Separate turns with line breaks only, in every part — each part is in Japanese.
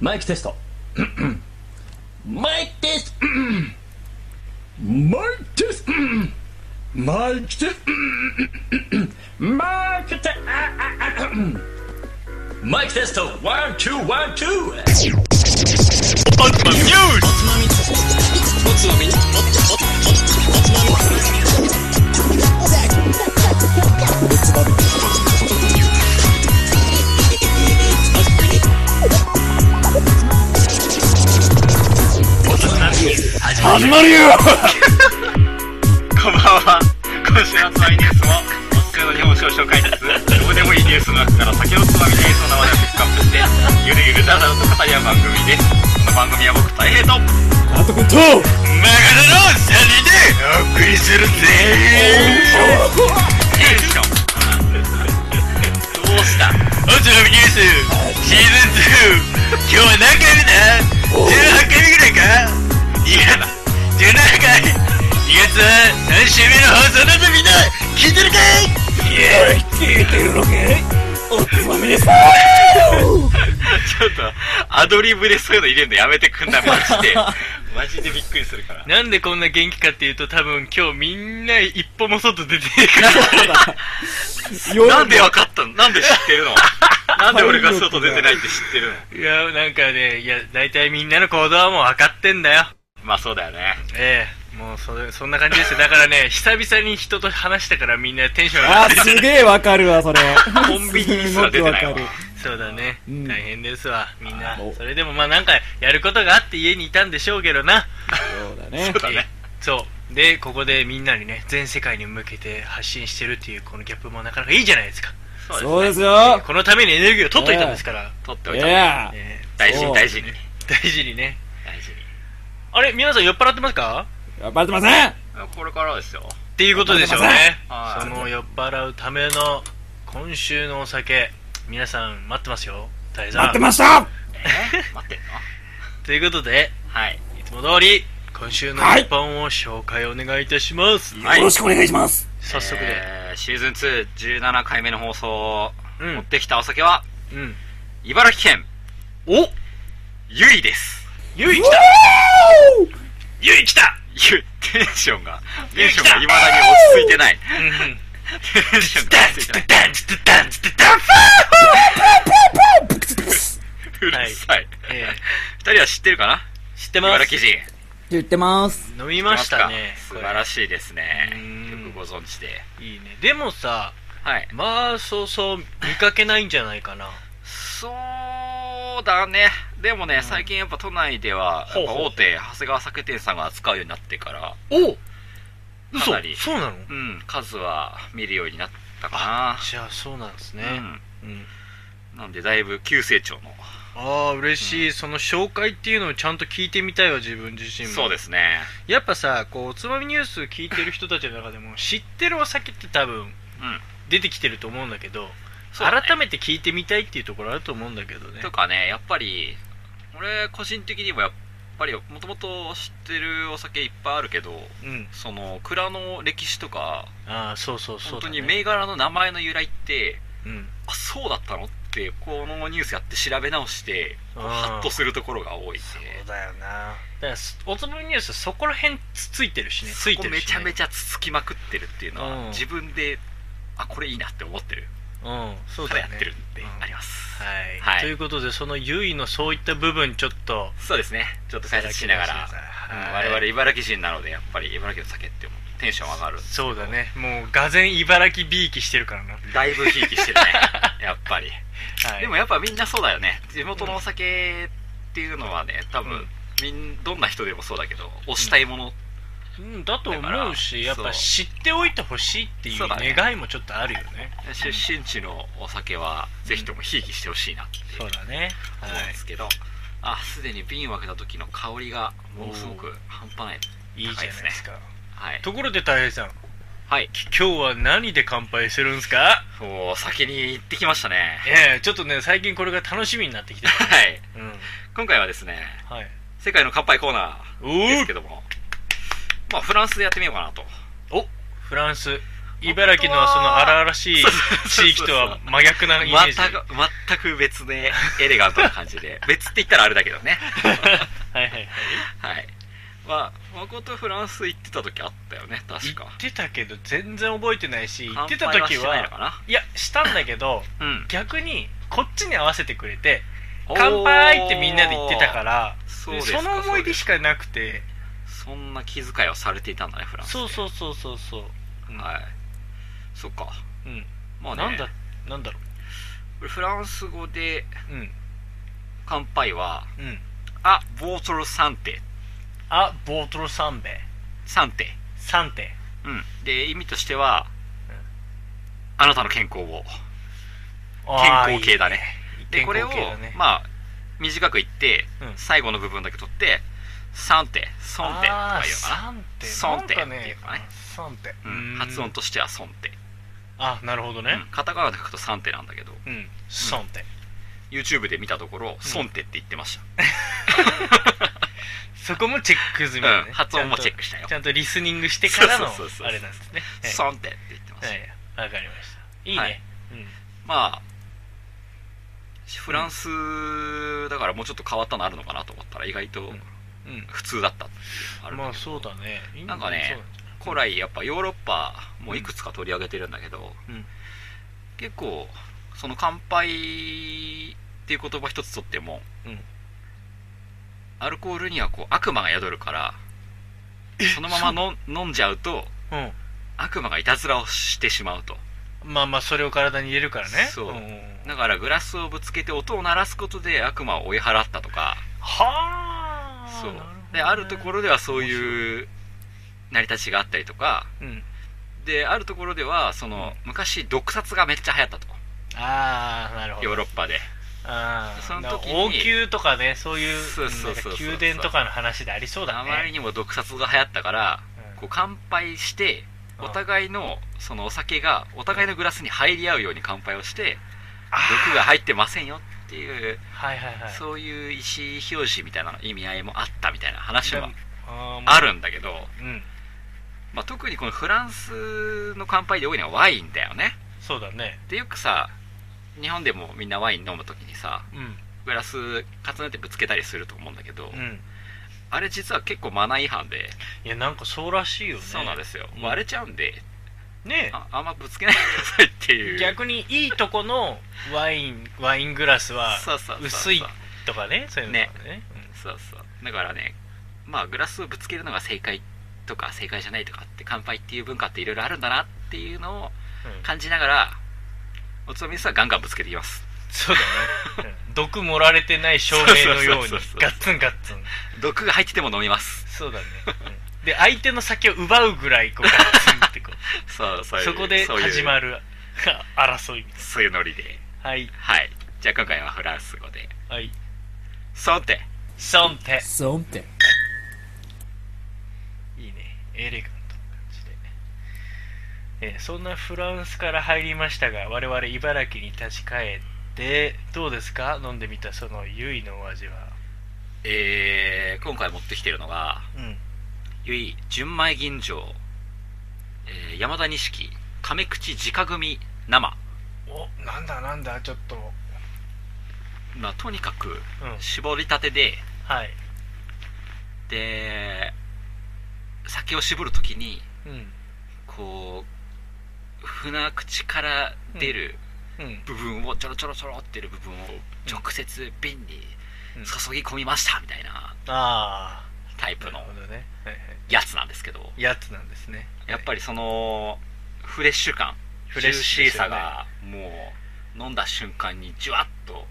マイクテスト マイクテストマイクテストマイクテストマイクテストマイクテストワンツーワンツー
始まるよ
こんばんは。今週のつまみニュースも、今回の日本史を紹介しつつ、どうでもいいニュースの中から先のつまみに合いそうな話をピックアップして、ゆるゆるだらだらと語り合う番組です。この番組は僕、大平と、マ
あ
ガ
とくんと
ダのシャリでお送りするぜよいしょどうしたおつまみニュース、シーズン2、今日は何回目だ ?18 回目ぐらいかいや、17回 !2 月は3週目の放送だぞみんな聞いてるかい
聞いてるのかいおつまみです
ちょっと、アドリブでそういうの入れるのやめてくんな、マジで。マジでびっくりするから。
なんでこんな元気かっていうと多分今日みんな一歩も外出て ねえから。
なんでわかったのなんで知ってるのなんで俺が外出てないって知ってる
い
の
や、なんかね、いや、大体みんなの行動はもう分かってんだよ。
まあそうだよね。
ええもうそれ、そんな感じですよ。だからね、 久々に人と話したからみんなテンション上が
あ
って
すげえわかるわそれ
コンビニにすら出てないわ
すごくわか
そうだね、
うん
大変ですわ、みんな
あ。
それでもまあなんか、やることがあって家にいたんでしょうけどな。
そうだね
そうだね。。
そう。で、ここでみんなにね、全世界に向けて発信してるっていうこのギャップもなかなかいいじゃないですか。
そうですすよ
このためにエネルギーを取っといたんですから、
取ってお
い
いた。
や
ね
大事
そう
に大事に。
大事にね。
大事に。
あれ、皆さん酔っ払ってますか
バレてません
これからですよ。
っていうことでしょうね
はい
その酔っ払うための今週のお酒皆さん待ってますよ大
待
さ
ってました
えー待ってんの
ということで
はい。
いつも通り今週の
はい
日本を紹介お願いいたします、
はい
よろしくお願いします
早速で、
えーシーズン2、17回目の放送を
うん
持ってきたお酒は、
うん
茨城県、
お
ゆいです。
ゆい来た
ゆい来たゆ、テンションが、テンションが未だに落ち着いてない。
うんうん
テンションが落ち着いてない。
ダンツッダンツッダン
うるさい。
ええ
二人は知ってるかな
知ってま
茨
す
城人。
言ってます
飲みましたね
知ってますか素晴ら
し
しいですね
う。ん
よくご存知で。
いいいねでもさ
はい。
まあそうそう見かけないんじゃないかな
そうだね。でもね、最近やっぱ都内では、
ほう
やっ
ほ
ぱ
う
大手、長谷川酒店さんが扱うようになってから、
お
か
嘘
なり
そうなの
うん、数は見るようになったか
じゃあそうなんですね
な。うん。
うん
なんでだいぶ急成長の。
ああ嬉しい、その紹介っていうのをちゃんと聞いてみたいわ自分自身も
そうですね。
やっぱさこうおつまみニュース聞いてる人たちの中でも知ってるお酒って多分
うん。
出てきてると思うんだけど
そうだね
改めて聞いてみたいっていうところあると思うんだけどね
とかね、やっぱり、俺個人的にもやっぱり、もともと知ってるお酒いっぱいあるけど、
うん
その蔵の歴史とか、
ああそうそうそ
本
う
当
だ、
に
ね、
銘柄の名前の由来って
うん
あそうだったのってこのニュースやって調べ直して
うん
ハッとするところが多い
そ
ね
うだよなだからすおつまみニュースそこら辺つついてるしねつい
そ
てる
こめ
し、
ち
ね、
ゃめちゃつつきまくってるっていうのは、
うん
自分であこれいいなって思ってる
うんそう
た
だ
だ
よ
や
ね
ってるってあります、
はい、
はい
ということでそのゆいのそういった部分ちょっと
そうですねちょっと解説しながら、うん
はい
我々茨城人なのでやっぱり茨城の酒ってテンション上がる
そうだねもうがぜん茨城びいきしてるからな、
だいぶひいきして るねやっぱり
はい、
でもやっぱみんなそうだよね地元のお酒っていうのはね多
う
分
ん
みんどんな人でもそうだけど推したいもの、
うんだと
だか
思
ら
うしやっ
そう
ぱ知っておいてほしいってい
そう
う
だね
願いもちょっとあるよね
出身地のお酒はぜひともひいきしてほしいなって
そうだねは
思うんですけど、あすでに瓶を開けた時の香りがものすごく半端ない
いいいじゃないですか
はい
ところでたい平さん
はい
今日は何で乾杯するんですか
もう先に行ってきましたね
ええちょっとね最近これが楽しみになってきてた
はい
うん
今回はですね
はい
世界の乾杯コーナー
お
です
ー
けどもまあフランスでやってみようかなと
おフランス茨城のその荒々しい 地域とは真逆なイメー
全
ジ。
く、全く別で、エレガントな感 じで。別って言ったらあれだけどね。
はいはいはい。
はい。まあ、誠フランス行ってた時あったよね、確
行
か。
ってたけど全然覚えてないし、行
乾
って
杯
た時
してないの
は、
かない
や、したんだけど、
うん。。
逆にこっちに合わせてくれて、乾杯ってみんなで言ってたからら、
そう
で
です
そ
か
の思い出しかなくて、
そんな気遣いをされていたんだね、フランスで。
そうそうそうそうそう。うん
はい。そっか。
うん。
まあね、
なんだ、なんだろ
フランス語で
う。うん。
乾杯は、
うん。
あ、ボートルサンテ。
あ、ボートルサンベ。
サンテ。
サンテ。
うん。で、意味としては、あなたの健康を。
あー
健康系だね。
いい
で、
健
これ
康
を
系だね、
まあ、短く言って、
うん
最後の部分だけ取って、サンテ、ソンテと
あ
か
ー
言うかな。
サンテ
ソンテ
なんか
ってい
ね
うかね
サンテ
うん、発音としてはソンテ。
あなるほど
う
ね
ん、カタカナで書くとサンテなんだけど、
うん、ソンテ
YouTube で見たところ、ソンテって言ってました。
そこもチェック済みだね、
うん発音もチェックしたよ
ちゃんとちゃんとリスニングしてからの
そうそうそうそう
あれなんですねはい
ソンテって言ってました。
はいわかりましたいいね、
はい
うん
まあ、フランスだからもうちょっと変わったのあるのかなと思ったら意外と
んうん
普通だったっていうのがあるんだけど
まあそうだねいい
なんかね古来やっぱヨーロッパもいくつか取り上げてるんだけど、
うん
結構その乾杯っていう言葉一つとっても、
うん
アルコールにはこう悪魔が宿るからそのままの飲んじゃうと
そうなんだ
悪魔がいたずらをしてしまうと
うんまあまあそれを体に入れるからね
そうん
んん
だからグラスをぶつけて音を鳴らすことで悪魔を追い払ったとか
はあ
そうであるところではそういう成り立ちがあったりとか
うん
であるところではその昔毒殺がめっちゃ流行ったと
ああなるほど
ヨーロッパで
あー
その時に
王宮とかねそういう
そうそうそうそう
なんか宮殿とかの話でありそうだ
あまり
ね
にも毒殺が流行ったから
うん
こう乾杯して
うん
お互いのそのお酒がお互いのグラスに入り合うように乾杯をして
あー
毒が入ってませんよっていう
はいはいはい
そういう意思表示みたいな意味合いもあったみたいな話は
あーま
あるんだけど、
うん
まあ、特にこのフランスの乾杯で多いのはワインだよね
そうだね
でよくさ日本でもみんなワイン飲む時にさ
うん
グラス重ねてぶつけたりすると思うんだけど、
うん
あれ実は結構マナー違反で、
いやなんかそうらしいよね
そうなんですよ、
うん
割れちゃうんで
ね
ああんまぶつけないでくださいっていう
逆にいいとこのワインワイングラスは
そうそうそうそう
薄いとかねそういうのとかね
そうそうだからねまあグラスをぶつけるのが正解とか正解じゃないとかって乾杯っていう文化っていろいろあるんだなっていうのを
うんうん
感じながらおつまみですはガンガンぶつけていきます
そうだねうん毒盛られてない照明のように
そうそうそうそう
ガッツンガッツン
毒が入ってても飲みます
そうだねうんで相手の酒を奪うぐらいこうガッツンってこう
そうそういう
そこで
そういう
始まる争いみたい
そういうノリで
な。はい、
はいじゃあ今回はフランス語で
はい。
そうて
ソンテ。
ソンテ
いいね。エレガントな感じで。えーそんなフランスから入りましたが、我々茨城に立ち返って、どうですか飲んでみたそのゆいのお味は。
えー、今回持ってきてるのが
うん。
ゆい純米吟醸、えー山田錦亀口直組生、
お、なんだなんだ、ちょっと。
まあ、とにかく
うん。
絞りたてで
はい。
で酒を絞るときに
うん。
こう船口から出る
うん。
部分をちょろちょろちょろってる部分を直接瓶に
うん
注ぎ込みましたみたいな
あ
タイ
あ。
プの
なるほどね。はいはい。
やつなんですけど
やつなんですね。
やっぱりそのフレッシュ感
フ
ジ
レ
ュ
ッ
ー
シ
シ
ュで
ー
すよね
さがもう飲んだ瞬間にジュワッと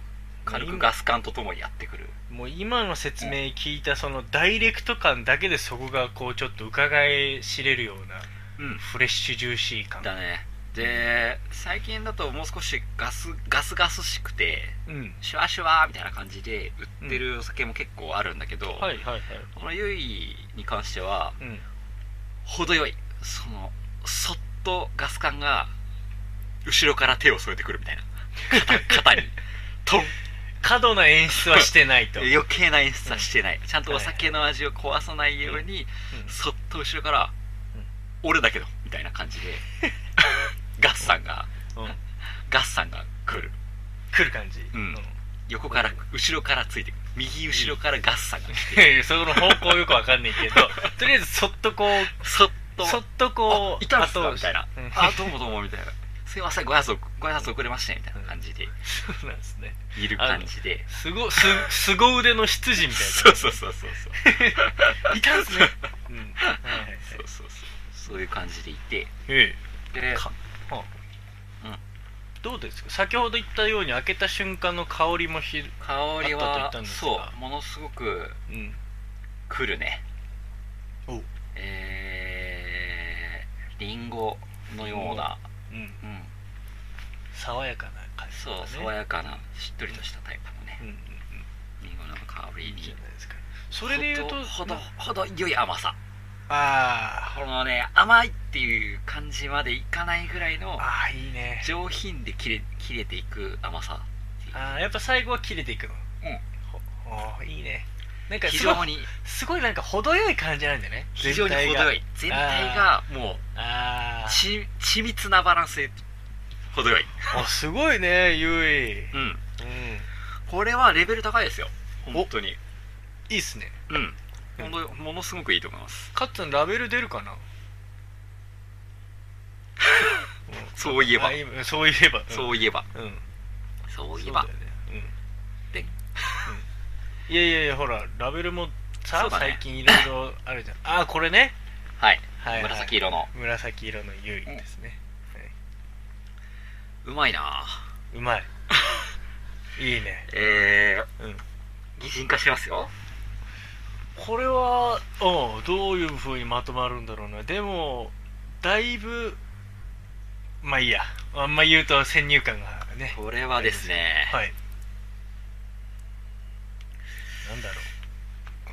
軽くガス感とともにやってくる
もう今の説明聞いたそのダイレクト感だけでそこがこうちょっと伺い知れるような
うん
フレッシュジューシー感
だねで最近だともう少しガスガスガスしくて
うん
シュワシュワみたいな感じで売ってるお酒も結構あるんだけど、
はいはいはい
このユイに関しては
うん
程よいそのそっとガス感が後ろから手を添えてくるみたいな肩 肩にトン
過度な演出はしてないと、うん
余計な演出はしてない、ちゃんとお酒の味を壊さないように、
うん
そっと後ろから、
うん
俺だけどみたいな感じ でガッサンが
うん
ガッサンが来る
来る感じ、
うん横から後ろからついてくる右後ろからガッサンが来
いやいやその方向よくわかんないけど とりあえずそっとこう
てそっと
そっとこ
あ
う
いたんです
後
か
押
み
した
いな
うん
「あどうもどうも」みたいな「すいませんご挨拶ご挨拶遅れましたね」みたいな感じで
そうなんですね
いる感じです
ごすすご腕の執事みたい
そうそうそうそうそう
ないたんですね うんはいはいはい
そうそうそうそういう感じでいて
え
で
かはあ
うん
どうですか先ほど言ったように開けた瞬間の香りもひる、
香り
あったと言っ
は
たんです
そ
が
うものすごく
うん、
来るね
おう
えー、リンゴのような、
うん、
うん、
爽やかな感じ、
そう、
ね、
爽やかなしっとりとしたタイプのね
うんうんうん
リンゴの香り
いいじ
に
ゃないですかそれで言うと
ほど
な
ほどほど良い甘さ
あー
このね甘いっていう感じまでいかないぐらいの
あーいいね
上品で切れ切れていく甘さっていう
あーやっぱ最後は切れていくの
うん
ほおーいいねなんか
非
すごい
常に
すごいなんか程よい感じなんだよね
非常に程よい全体がも
あ
う
あ
ち緻密なバランスで程よい
あすごいねゆい、うん、
うんこれはレベル高いですよ本当に
いいっすね
う
う
ん
ん
ほんとものすごくいいと思います
カッツンラベル出るかな
そういえば
あ今そういえばう
そういえば
ん、うん、
そうい
そ
え
うだ
ば
よねうん
で
うんいやいやいやほらラベルもさ
そ、うだね
最近いろいろあるじゃんああこれね
はい
はい、はい、
紫色の
紫色の優位ですね、はいう
まいなぁ
う まいいいね
え
うん
ー擬人化しますよ
これはうんどういうふうにまとまるんだろうなでもだいぶまあいいやあんま言うと先入観がね
これはですね
はいなんだろう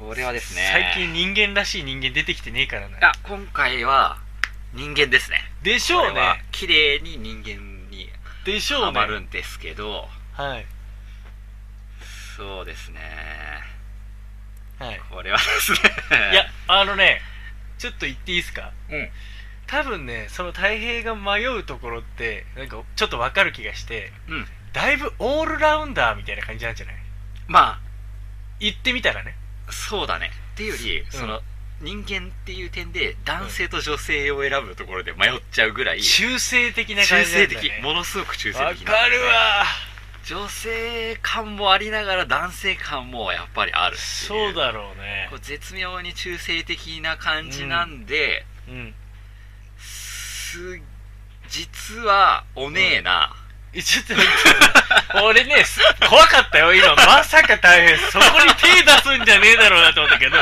これはですね
最近人間らしい人間出てきてねえからない
や今回は人間ですね
でし
こ
ょ
れ
う
は
ね
綺麗に人間に
でしょ
は
う
まる
ね
んですけど
はい
そうですね
はい
これはですね
いやあのねちょっと言っていいですか
うん
多分ねその太平が迷うところってなんかちょっとわかる気がして
うん
だいぶオールラウンダーみたいな感じなんじゃない
ま
言ってみたらね
あそうだねっていうよりその人間っていう点で男性と女性を選ぶところで迷っちゃうぐらい中
中性的な感じな
性
んだ、ね、
的ものすごく中性
わ
的な
かるわ
女性感もありながら男性感もやっぱりあるってい
そうだろうね
こう絶妙に中性的な感じなんで、
うん
す実はおねえな、
えちょっと待っ て俺ねす怖かったよ今まさか大変そこに手出すんじゃねえだろうなと思ったけど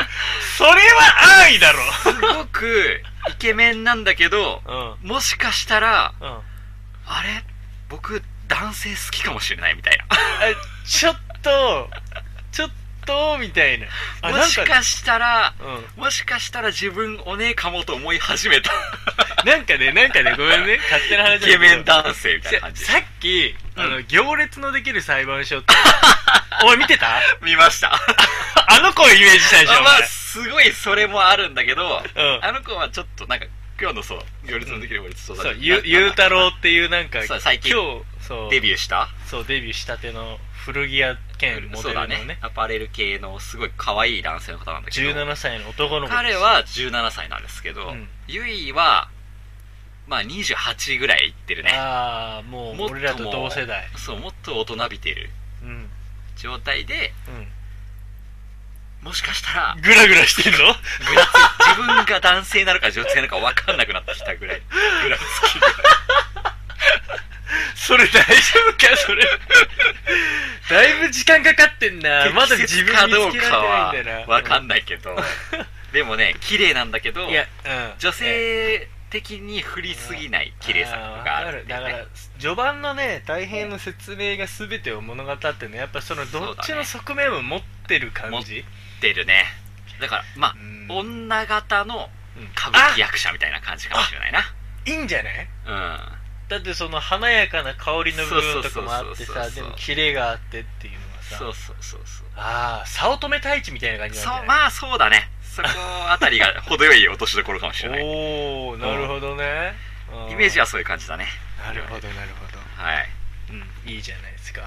それは安易だろ
すごくイケメンなんだけど
うん
もしかしたら
うんあ
あれ僕男性好きかもしれないみたい
ちょっとちょっとみたいなあ
なもし
なんか
かしたら
うん
もしかしたら自分おねえかもと思い始め た
なんかね、なんかね、ごめんね、勝手な話だ
イ
け
ケ
ど
メン男性みたい
じ
な
ゃ
感じ
さっき、
うん
あの、行列のできる裁判 所って、おい見てた
見ました
あの子をイメージしたでしょ、
あ
お
ま
前
あすごいそれもあるんだけど、
ん
あの子はちょっとなんか今日のそう行列のできる行列そうだ
そう、
ね
ゆ、ゆうたろうっていうなんか、
そう最近
今日、そう、
デビューした
そう、デビューしたての古着屋兼モデ
そう
ルの
だ
ね、
ねアパレル系のすごい可愛い男性の方なんだけど
17歳の男の子です
彼、は17歳なんですけど、
うん
ゆいはまあ28ぐらいいってるね
ああ、もう、
もっとも
俺らと同世代。
そうもっと大人びてる
うん。
状態で
う
もしかした ら
ん。ぐらぐら してんの
ぐらつい自分が男性なのか女性なのか分かんなくなってきたぐらいぐらつきが
それ大丈夫かそ れ。だいぶ時間かかってんな。まだ
適
自
切
分
か
に
ど
つけ
うからは
れてないんだな。
分かんないけどでもね綺麗なんだけど
いや、うん、
女性的に振りすぎない綺麗さがあるってい
だ
う
か
ね
ら序盤のね大変の説明が全てを物語ってねやっぱそのどっちの側面も持ってる感じ、
ってるねだからまあ、
うん
女型の
うん
歌舞伎役者みたいな感じかもしれないない
いんじゃない
うん
だってその華やかな香りの部分とかもあって
そうそうそう
さ
そう
でもキレがあってっていうのがさ
そうそうそうそう
ああ早乙女太一みたいな感じ
そ
なん
う
じゃない
まあそうだねそこあたりが程よい落としどころかもしれない
おおなるほどねうん
イメージはそういう感じだね
なるほどなるほど
はい
うんいいじゃないですか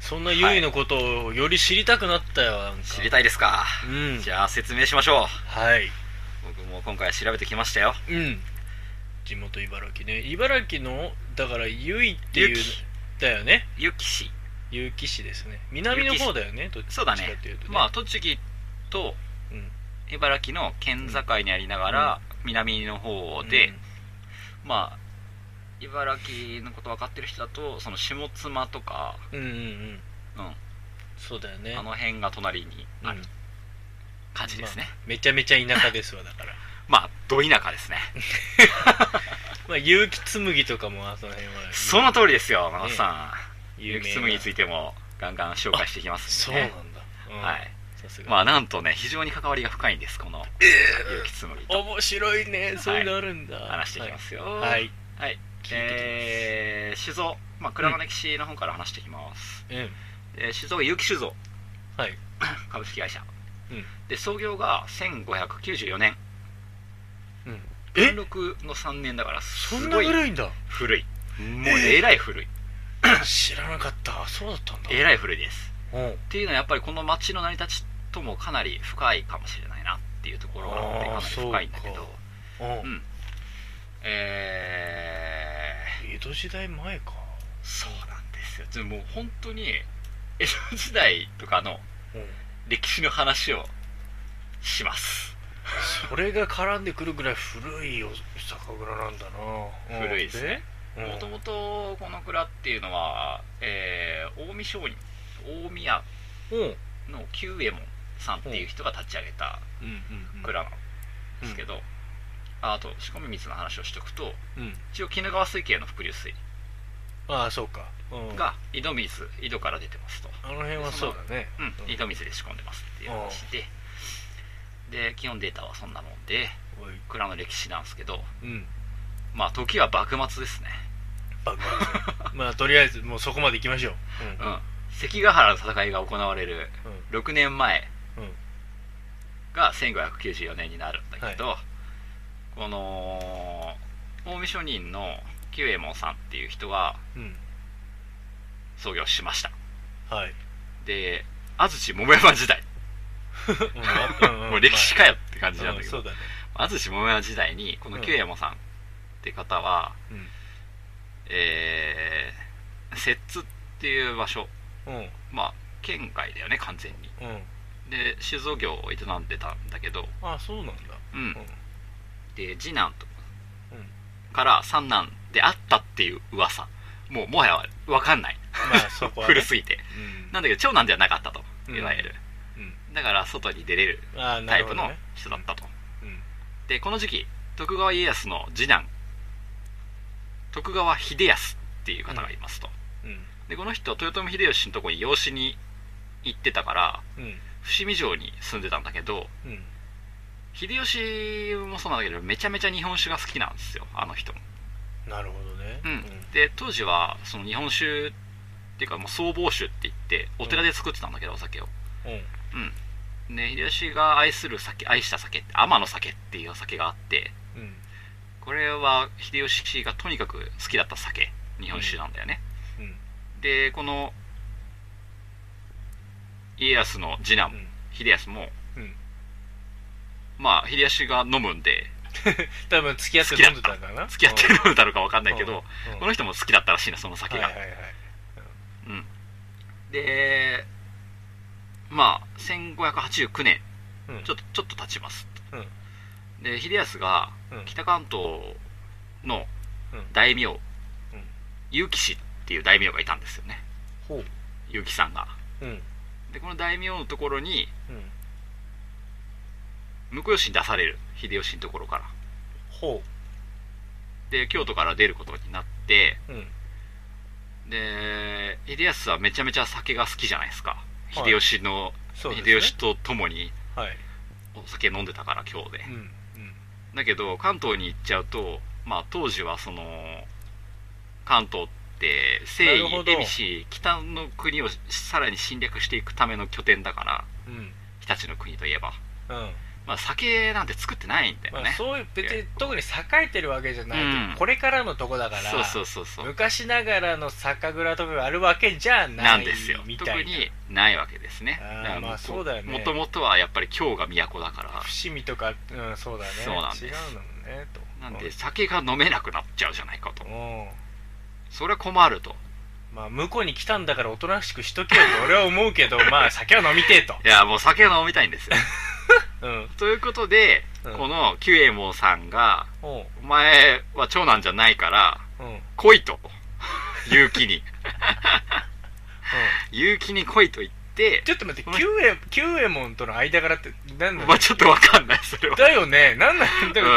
そんなゆいのことをより知りたくなったよなんか
知りたいですか
うん
じゃあ説明しましょ
はい。
う僕も今回調べてきましたよ
うん。地元茨城ね。茨城の、だから、ゆいっていう
ゆき、
だよね。
結城市
結城市ですね。南の方だよね、どっち
そ
か
うだね
っていうと、ね。
まあ栃木と
うん、
茨城の県境にありながら、南の方で、まあ茨城のこと分かってる人だとその下妻とか、
うん、うんうんうん。
う
そうだよね。
ん、あの辺が隣にあ
う
る
ん
感じですね、
めちゃめちゃ田舎ですわ、だ から。
まあど田舎ですね
まあ、結城紬とかも、あその辺は。
その通りですよ真田さん
有
ゆ
名
き
な
つむぎについてもガンガン紹介していきます
そ
ん
う
で
な
ね
んだ。うん
はい。
さすが。
まあなんとね非常に関わりが深いんですこのゆきつむぎと
面白いね。そういうのあるんだ。
話していきますよ
はい。はい。
は
聞
い
いてきます
えー、酒造、まあ、蔵の歴史の方から話していきます、
うん。
えー酒造結城酒造
はい。
株式会社、
うん
で創業が1594年
うん。え
元禄の3年だからす
そんな
ごい
古いんだ。
古いもうえらい古い
知らなかった。そうだったんだ。
えらい古いです
うん。
っていうのはやっぱりこの町の成り立ちともかなり深いかもしれないなっていうところがあってか
あー
なり深いんだけど
そうかうん
え
江戸時代前か
ー、そうなんですよでももう本当に江戸時代とかの
うん
歴史の話をします
それが絡んでくるぐらい古いお酒蔵なんだな
古いですね
うん
もともとこの蔵っていうのは、えー、近江商人大宮
うんうん
の久右衛門さんっていう人が立ち上げた
うん
蔵なんですけど、ああと仕込み水の話をしておくと
うん
一応鬼怒川水系の伏流水
ああそうかうん
が井戸水井戸から出てますと、
あの辺はそうだね
うん
うん
井戸水で仕込んでますっていう話でで基本データはそんなもんで
おい
蔵の歴史なんですけど
うん
まあ時は幕末ですね
バグバグまあとりあえずもうそこまで行きましょう
うん、関ヶ原の戦いが行われる
うんうん
6年前
うん
が1594年になるんだけど、この近江商人の久右衛門さんっていう人が
うん
創業しました
はい
で安土桃山時代もう歴史
か
かよって感じなんだけど
そうだね
安土桃山時代にこの
うん
久右衛門さんって方は、
うん
えー、摂津っていう場所
うん
まあ県外だよね完全に
うん
で酒造業を営んでたんだけど、
ああそうなんだ
うん
うん
で次男と、
うん
から三男であったっていう噂もうもはや分かんない、
まあそこはね
古すぎて
うん
なんだけど長男ではなかったといわゆる、
うん
だから外に出れる
ああな
タ
る
イ
ほ
プ
ど
の
ね
人だったと、
うん
でこの時期徳川家康の次男徳川秀康っていう方がいますと、
うん
でこの人は豊臣秀吉のとこに養子に行ってたから
うん
伏見城に住んでたんだけど
うん
秀吉もそうなんだけどめちゃめちゃ日本酒が好きなんですよあの人も
なるほどね
うんで当時はその日本酒っていうかもう僧帽酒って言ってお寺で作ってたんだけど、お酒を
うんうん
ね秀吉が愛する酒愛した酒って天の酒っていうお酒があって
うん
これは秀吉がとにかく好きだった酒日本酒なんだよね、
うん
でこの家康の次男、
うん
秀康も、
うん
まあ秀吉が飲むんで
多分付き合って飲んでたんだな
付き合って
る
飲んだのか分かんないけど、こ
の
の人も好きだったらしいなその酒
はい
が、
はいはい
でまあ1589年
うん
ちょっとちょっと経ちます、
う
で秀康が
うん
北関東の
うん
大名、結城氏っていう大名がいたんですよね
ほう
結城さんが
うん
でこの大名のところに
うん
婿養子に出される秀吉のところから
ほ
で京都から出ることになって
ううん
で秀康はめちゃめちゃ酒が好きじゃないですか
はい
秀吉の、
そうですね
秀吉と共に
はい
お酒飲んでたから今日で、
うん
だけど関東に行っちゃうと、まあ、当時はその関東って征
なるほ
夷
ど
恵比寿北の国をさらに侵略していくための拠点だから
うんうん
日立の国といえばまあ、酒なんて作ってないんだよ
ま
ね
あ、、そういう別に特に栄えてるわけじゃないけど、
うん
これからのとこだから
そうそうそうそう
昔ながらの酒蔵とかがあるわけじゃない
なんですよ
み
特
たいな
にないわけですね
あー
から
まあそうだよね
もともとはやっぱり京が都だから
伏見とか、うん、そうだね
そうなんです
違うのもねと
なんで酒が飲めなくなっちゃうじゃないかと
うん
それは困ると
まあ向こうに来たんだからおとなしくしとけよと俺は思うけ どまあ酒は飲みてえと
いやもう酒が飲みたいんで すよ
うん
ということで、
うん
この久右衛門さんが
おう
「お前は長男じゃないから
うんうん
来い」と結城に結城に来いと言って
ちょっと待って九右衛九右衛門との間柄ってなんだ
まあちょっとわかんないそれは、
だよねなんだだよ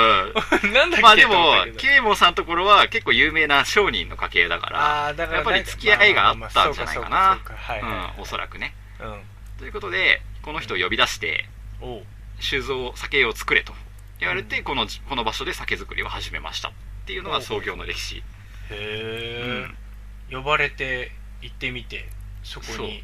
う ん、
なんだっけ
まあでも
と思ったけど
久右衛門さんのところは結構有名な商人の家系だから
ああだから
やっぱり
なんか
付き合いがあったんじゃないかな
まあまあまあそうかそうかそうかはいは
うん、おそらくね。
いはい
ということで、この人を呼び出して、
うんおう
酒造、酒を作れと言われて、このじこの場所で酒造りを始めましたっていうのが創業の歴史。
へえ、呼ばれて行ってみてそこに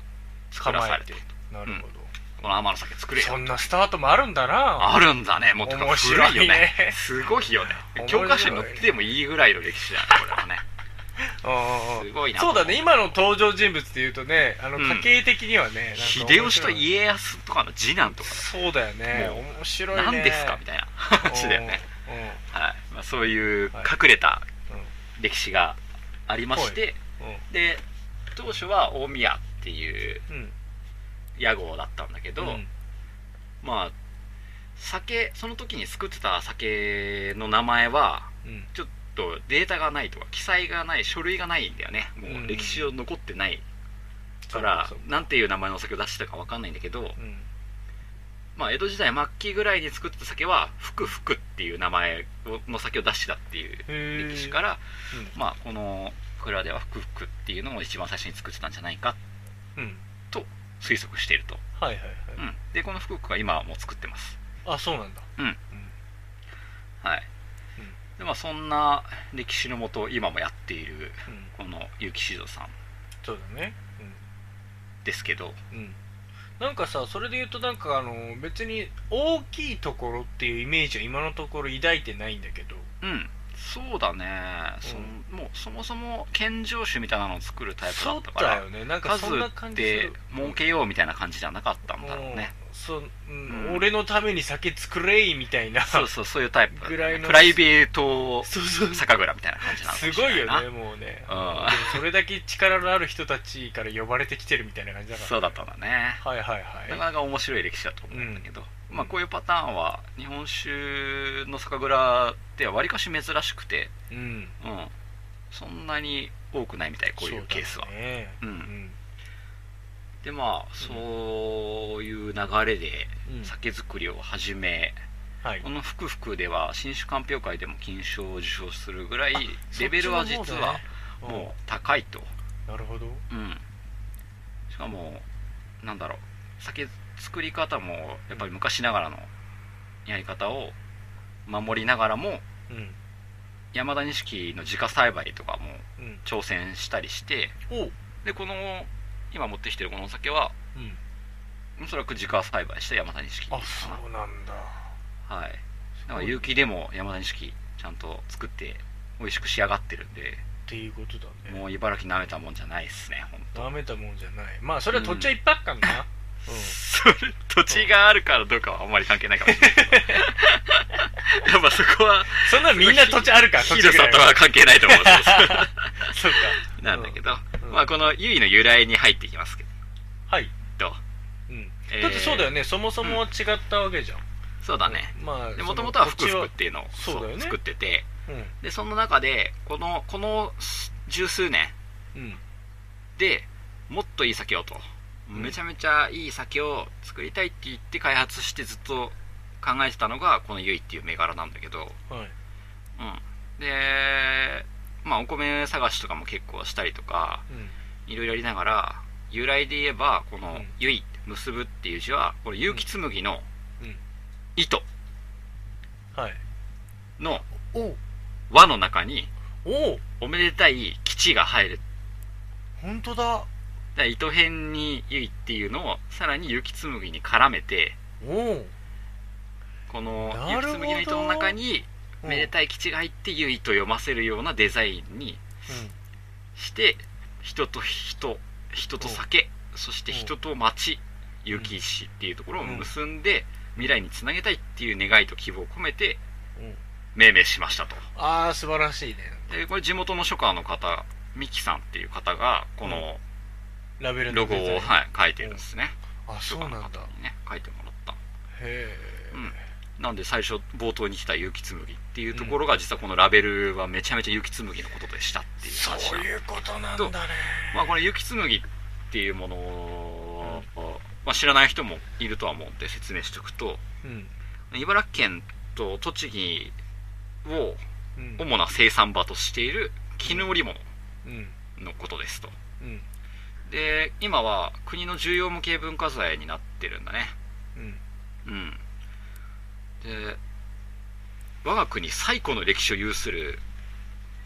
作
構
らされ
え
て
て、なるほど、
この天の酒作れ
そ
よ。
んなスタートもあるんだな
あるんだね、もうてか
面白いね
古すごいよね
面。白
教
い
科書に載ってもいいぐらいの歴史だね、これ はね。
うんうんうん
すごいなと
そう
思
だね今の登場人物っていうとねあの
うん
家系的にはね、なんか
秀
面白い
吉と家康とかの次男とか、
そうだよね
も
面白いね
何ですかみたいな話だよね。
うんうん
はい。まあそういう隠れた
はい
歴史がありまして、で当初は大宮っていう
うん
屋号だったんだけど、
うん
まあ酒その時に作ってた酒の名前は
うん
ちょっとデータがないとか記載がない書類がないんだよねもううん歴史上残ってないから、
そうかそうか
なんていう名前のお酒を出してたかわかんないんだけど、
うん
まあ、江戸時代末期ぐらいに作ってた酒は「福福」っていう名前の酒を出してたっていう
へー
歴史から、
う
まあこの蔵では「福福」っていうのを一番最初に作ってたんじゃないか
うん
推測していると、
はいはいはい、
うん、でこの福福は今はもう作ってます
あそうなんだ
うんはい、
うん
でまあそんな歴史のもと今もやっている
うん、うん、
この結城酒造さん
そうだねうん
ですけど
うんなんかさそれで言うとなんかあの別に大きいところっていうイメージは今のところ抱いてないんだけど
うんそうだね、そのもうそもそも健常酒みたいなのを作るタイプだ
そ
っ
う
たか
だ
ら
よねなんか
数
そんな感
っ
じす
て
る
儲けようみたいな感じじゃなかったんだろうね、
うんそう、うん
うん
俺のために酒作れいみたいな
そうそうそういうタイプ
ぐらいの
プライベート
そうそう
酒蔵みたいな感じなのか
す
もし
ごい
れ
よ
な
ねもうね
うん
でもそれだけ力のある人たちから呼ばれてきてるみたいな感じだから
そうだったんだね
はいはい
な
は
かなか面白い歴史だと思うんだけど、まあこういうパターンは日本酒の酒蔵ではわりかし珍しくて、
いうん
うん、そんなに多くないみたいこういうケースは
そうだね
うん
うん
でまあそういう流れで
うん
酒造りを始め、
はい
この「福福」では新酒鑑評会でも金賞を受賞するぐらいレベル
そ
は
っち
実
の方だ
は
ね
もう高いと、
うんなるほど
うん、しかもなんだろう酒作り方もやっぱり昔ながらのやり方を守りながらも
うん
山田錦の自家栽培とかも
うん
挑戦したりして
おう
でこの今持ってきてるこのお酒は
うん
おそらく自家栽培した山田錦か
あそうなんだ
なはいだから有機でも山田錦ちゃんと作って美味しく仕上がってるんで
っていうことだね
もう茨城舐めたもんじゃないっすねほんと
舐めたもんじゃないまあそれはとっちゃいっぱっかんな、うん
それ土地があるからどうかはあんまり関係ないかもしれないけどやっぱそこは
そんなみんな土地ある から土地
広さとは関係ないと思うんです
そうか
なんだけど、
うん
まあこの「ゆい」の由来に入っていきますけ
はい、
ど
うん
えー
だってそうだよねそもそもは違ったわけじゃん、
そうだね
まあ
もともとは「ふくふく」っ
福
ていうのを
そうだよね
作ってて
うん
でその中でこのこの十数年
うん
でもっといい酒をと、
ん
めちゃめちゃいい酒を作りたいって言って開発してずっと考えてたのがこの「ゆい」っていう銘柄なんだけど
はい
うん、で、まあ、お米探しとかも結構したりとか
うん
いろいろやりながら由来で言えばこ
う
の
ん
「ゆい」結ぶっていう字はこれ結城紬の
うん
糸
はい
の
おう
輪の中に
おう
おめでたい吉が入る
本当だ
だから糸辺に「ゆい」っていうのをさらに結城紬に絡めて
おう
この
なるほど
雪紬の糸の中に
うん
めでたい吉が入って結衣と読ませるようなデザインにして人と人人と酒そして人と町雪石っていうところを結んで未来につなげたいっていう願いと希望を込めて
うんうん
命名しましたと
ああ素晴らしいね
でこれ地元の書家の方ミキさんっていう方がこの
ラベルの
ロゴ
デザイン
を、はい、書いてるんですね
あ
書
そう
家
な
の
ん
方
だへ
にね書いてもらった
え、
なんで最初冒頭に来た結城紬っていうところが実はこのラベルはめちゃめちゃ結城紬のことでしたっていう話
そう
なんで
いうことなんだね
まあこれ結城紬っていうものを、まあ、知らない人もいるとは思うんで説明しておくと
うん
茨城県と栃木を
うん
主な生産場としている絹織物
うん
のことですと
うん
で今は国の重要無形文化財になってるんだね
うん
うんで我が国最古の歴史を有する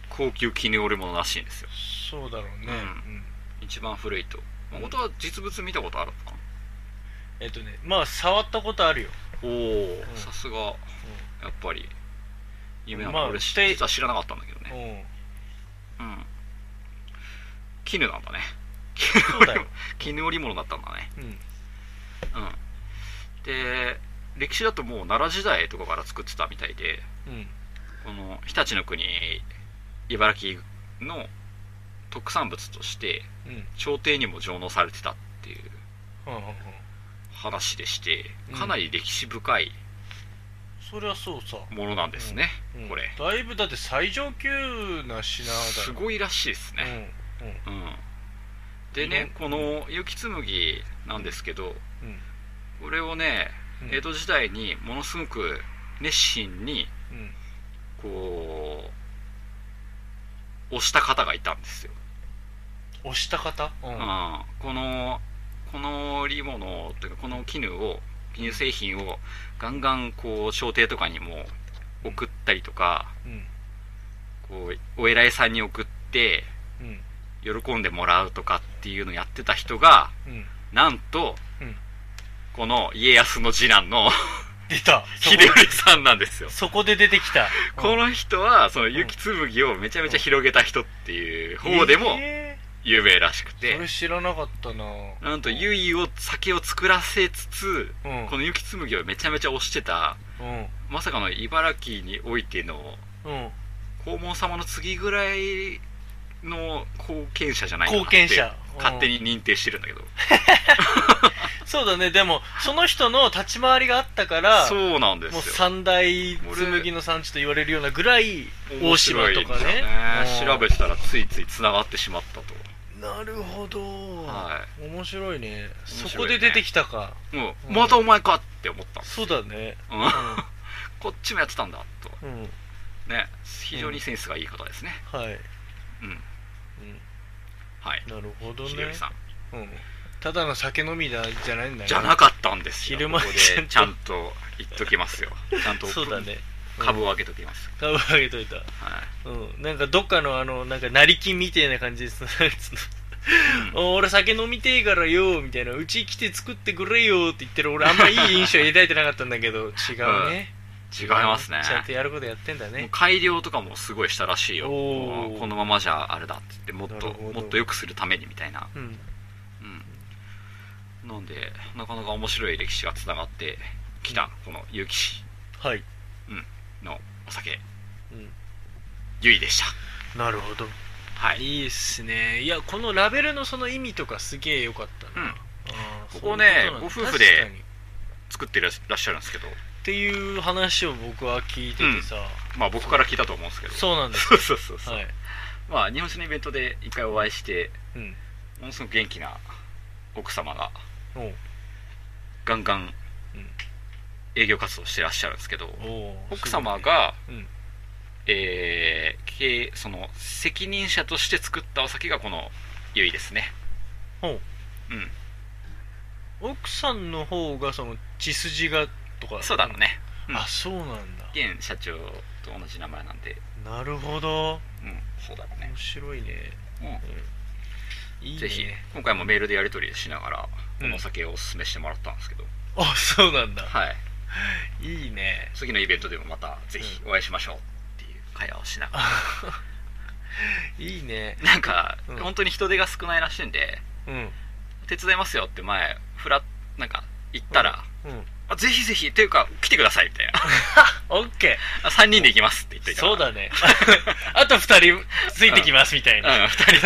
高級絹織物らしいんですよ
そうだろうね、
うん一番古いと
うん
元は実物見たことあるのか
えっとねまあ触ったことあるよ
なおお、
ん
さすがやっぱり夢は、
まあ
俺知
で
実は知らなかったんだけど
う
ね
ん
うん絹なんだね
そうだよ、
絹織物だったんだね
うん、
うんで歴史だともう奈良時代とかから作ってたみたいで
うん
この日立の国茨城の特産物として
うん
朝廷にも上納されてたっていう
はんはんはん
話でして
うん
かなり歴史深い
そりゃそうさ、
ものなんですね、
うん
これ
だいぶだって最上級な品だよ
すごいらしいですね、
うんうん
うんでねこの結城紬なんですけど
うん
これをね
うん
江戸時代にものすごく熱心に
うん
こう推した方がいたんですよ
押した方うん
ああこのこの織物というかこの絹を絹製品をガンガンこう商亭とかにも送ったりとか
うん
こうお偉いさんに送って
うん
喜んでもらうとかっていうのをやってた人が
うん
なんと、
うん
この家康の次男の
出たそこ
秀頼さんなんですよ
そこで出てきた
この人はその雪紬をめちゃめちゃ広げた人っていう方でも
え
有名らしく
ーそ
て
れ知らなかったな
なんと結衣を酒を作らせつつ
うん
この雪紬をめちゃめちゃ推してた
うん
まさかの茨城においての
うん
黄門様の次ぐらいの貢献者じゃないかなっ
貢
て
献者
勝手に認定してるんだけど
そうだねでもその人の立ち回りがあったから
そうなんです
もう
よ
三大紬の産地と言われるようなぐらい大島
面白い
とか
ですよ
ねうん
調べたらついついつながってしまったと
なるほど、
は
面白いね
白いね
そこで出てきたか
もう
うん
またお前かって思ったんです
そうだね
うんこっちもやってたんだと
うん、うん、
ね非常にセンスがいい方ですね
はい、
うん
う
はい
ん、なるほどね
秀頼さん
うん、ただの酒飲みだじゃないんだね
じゃなかったんですよ
昼間
ここでちゃんと言っときますよちゃんと
そうだね
株を上げときます、
株を上げといた
はい
うんなんかどっかのあのなんか成金みたいな感じです お俺酒飲みてえからよみたいなうち来て作ってくれよって言ってる俺あんまいい印象抱いてなかったんだけど違うね、
違いますね
ちゃんとやることやってんだ
もう
ね
改良とかもすごいしたらしいよ
おー
もうこのままじゃあれだって言ってもっ
な
と
るほど
もっと良くするためにみたいな
うん
うんなんでなかなか面白い歴史がつながってきた、この結城
はい、
市のお酒
うん、
ゆいでした
なるほど
はい
いいっすねいやこのラベルのその意味とかすげえよかった
う
な、
ん
あー
ここね
そういうとなんだ
ご夫婦で
確かにっ
作ってらっしゃるんですけど
ていう話を僕は聞いててさ、
まあ僕から聞いたと思うんですけど
そうなんです
そうそうそうそう、
はい、
まあ日本酒のイベントで一回お会いして
うん、
ものすごく元気な奥様が
おう
ガンガン
うん
営業活動してらっしゃるんですけど
おう
奥様が、
すごいね
えー経営その責任者として作ったお酒がこのゆいですね
ほう
うん
うん、奥さんの方がその血筋がとか
そうだろう、ねうん
あそうなんだ
現社長と同じ名前なんで
なるほど
うんそうだろうね
面、白いね、うん、いいね
ぜひ今回もメールでやり取りしながらこのお酒をおすすめしてもらったんですけど、
あそうなんだ
はい
いいね
次のイベントでもまたぜひお会いしましょうっていう会話をしなが
いいね
らなんか、
うん
本当に人手が少ないらしいんで
うん
手伝いますよって前フラなんか行ったら、
うん
あぜひぜひっていうか来てくださいみ たいな
オッケ
あ3人で行きますって言っと
ー
いたから
そうだね あと二人ついてきますみたいな、
うんうん二人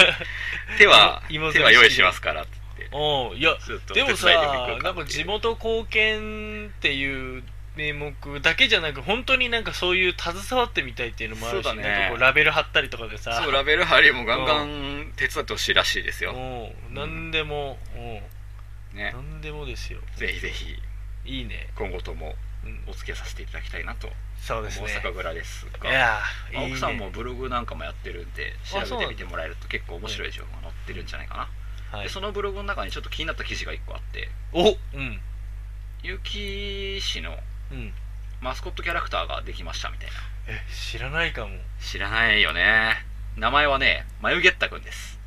手は手
芋芋づる式で
は用意しますからって言っ て
おういや
ずっと
でもさ
手伝いに行こうかっていう
なんか地元貢献っていう名目だけじゃなく本当になんかそういう携わってみたいっていうのもあるし、
そうだね
なんかこうラベル貼ったりとかでさ
そうラベル貼りもガンガン手伝ってほしいらしいですよ、
もう何でも、もう
ね
何でもですよ
ぜひぜひ
いいね、
今後とも
うん
お付き合いさせていただきたいなと
そうですね
大阪蔵です
い
が
やー
まあ
いい、ね、
奥さんもブログなんかもやってるんで調
あそうな
べて
んだ
みてもらえると結構面白い情報が載ってるんじゃないかな、
はい
でそのブログの中にちょっと気になった記事が1個あって
おうん
結城市の
うん
マスコットキャラクターができましたみたいな
え知らないかも
知らないよね名前はね眉毛ったくんです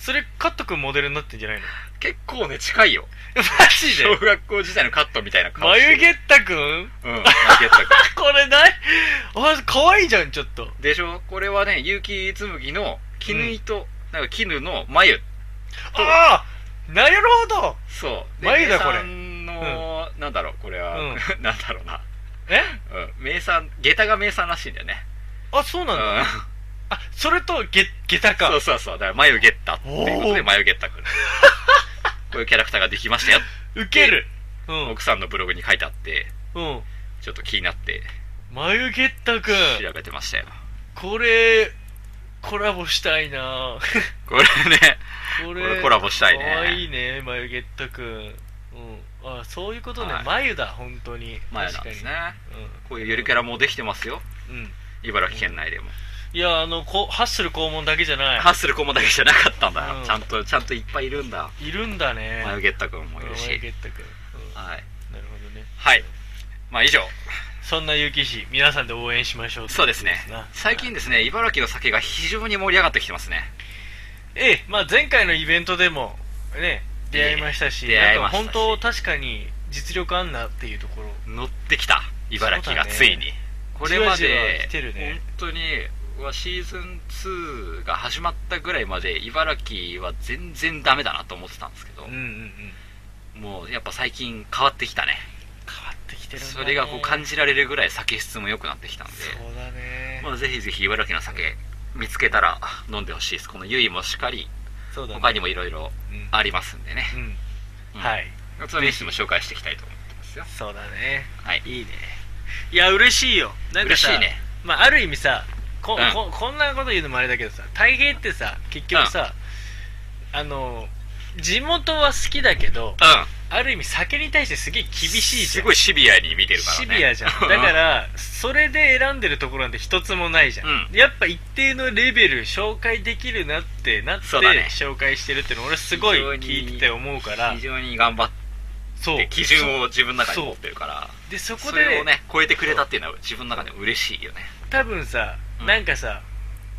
それカットくんモデルになってんじゃないの
結構ね近いよ
マジ
小
で
学校時代のカットみたいな顔して
眉
る
毛ったくん
うん眉毛ったく
これないあ可愛いじゃんちょっと
んでしょこれはね結城紬の絹糸、なんか絹の眉
ああなるほど
そうで
眉だこれ
名産の、なんだろうこれは、
うん
なんだろうな
え
うん名産下駄が名産らしいんだよね
あそうなんだ、
う
あそれとゲ下駄
ん、そう
か
そうそうだから眉ゲッタっていうこと
お
で
ー
眉ゲッ タくんこういうキャラクターができましたよ
ウケるうん
奥さんのブログに書いてあって
うん
ちょっと気になって
眉毛ったくん
調べてましたよ
これコラボしたいな
これね
こ
こ
れ
れコラボしたいね
可愛いね眉毛ったくんうんあそういうことね、
はい
眉だ本当に
眉なんですね
確かに
こういうゆるキャラもできてますよ
うん、うん、
茨城県内でも
いやあのこハッスル肛門だけじゃない
ハッスルコモだけじゃなかったんだよ、
うん
ちゃんとちゃんといっぱいいるんだ
いるんだね
眉ゲッタくんもいるし
眉毛ったくん、うん
はい、
なるほどね
はい、まあ以上
そんな結城市皆さんで応援しましょう
そうですね最近
で
ですね茨城の酒が非常に盛り上がってきてますね
ええまあ前回のイベントでもね出会いましたし、
ええ出会い
なん
まし
か
たし
本当確かに実力あんなっていうところ
乗ってきた茨城
そ
が
うだね
ついに、これま
じわじわ
で
来てるね
本当にうわシーズン2が始まったぐらいまで茨城は全然ダメだなと思ってたんですけど、
うんうんうん
もうやっぱ最近変わってきたね
変わってきてるんだ、ね、
それがこう感じられるぐらい酒質も良くなってきたんで、
そうだね、
まあ、ぜひぜひ茨城の酒見つけたら飲んでほしいですこのゆいもしかり
そうだね
他にもいろいろ
うん
ありますんでね、
うん
うん
はい
そのメも紹介していきたいと思ってますよ
そうだね
はい
いいねいや嬉しいよなんか
嬉
さ
しいね
まあ、ある意味さこ,、
う
こ
ん
こんなこと言うのもあれだけどさ太平ってさ結局さ、あの地元は好きだけど
うん
ある意味酒に対してすげえ厳しいじ
す
ゃん
ごいシビアに見てるからね
シビ アじゃんだからそれで選んでるところなんて一つもないじゃん、
うん
やっぱ一定のレベル紹介できるなってなって、
そうだね
紹介してるっての俺すごい聞いてて思うから
非常に頑張っ
そう
て基準を自分の中に持ってるから
でそ
そ
こ
れ
で、
をね超えてくれたっていうのは自分の中でも嬉しいよね
多分さ、
うん
なんかさ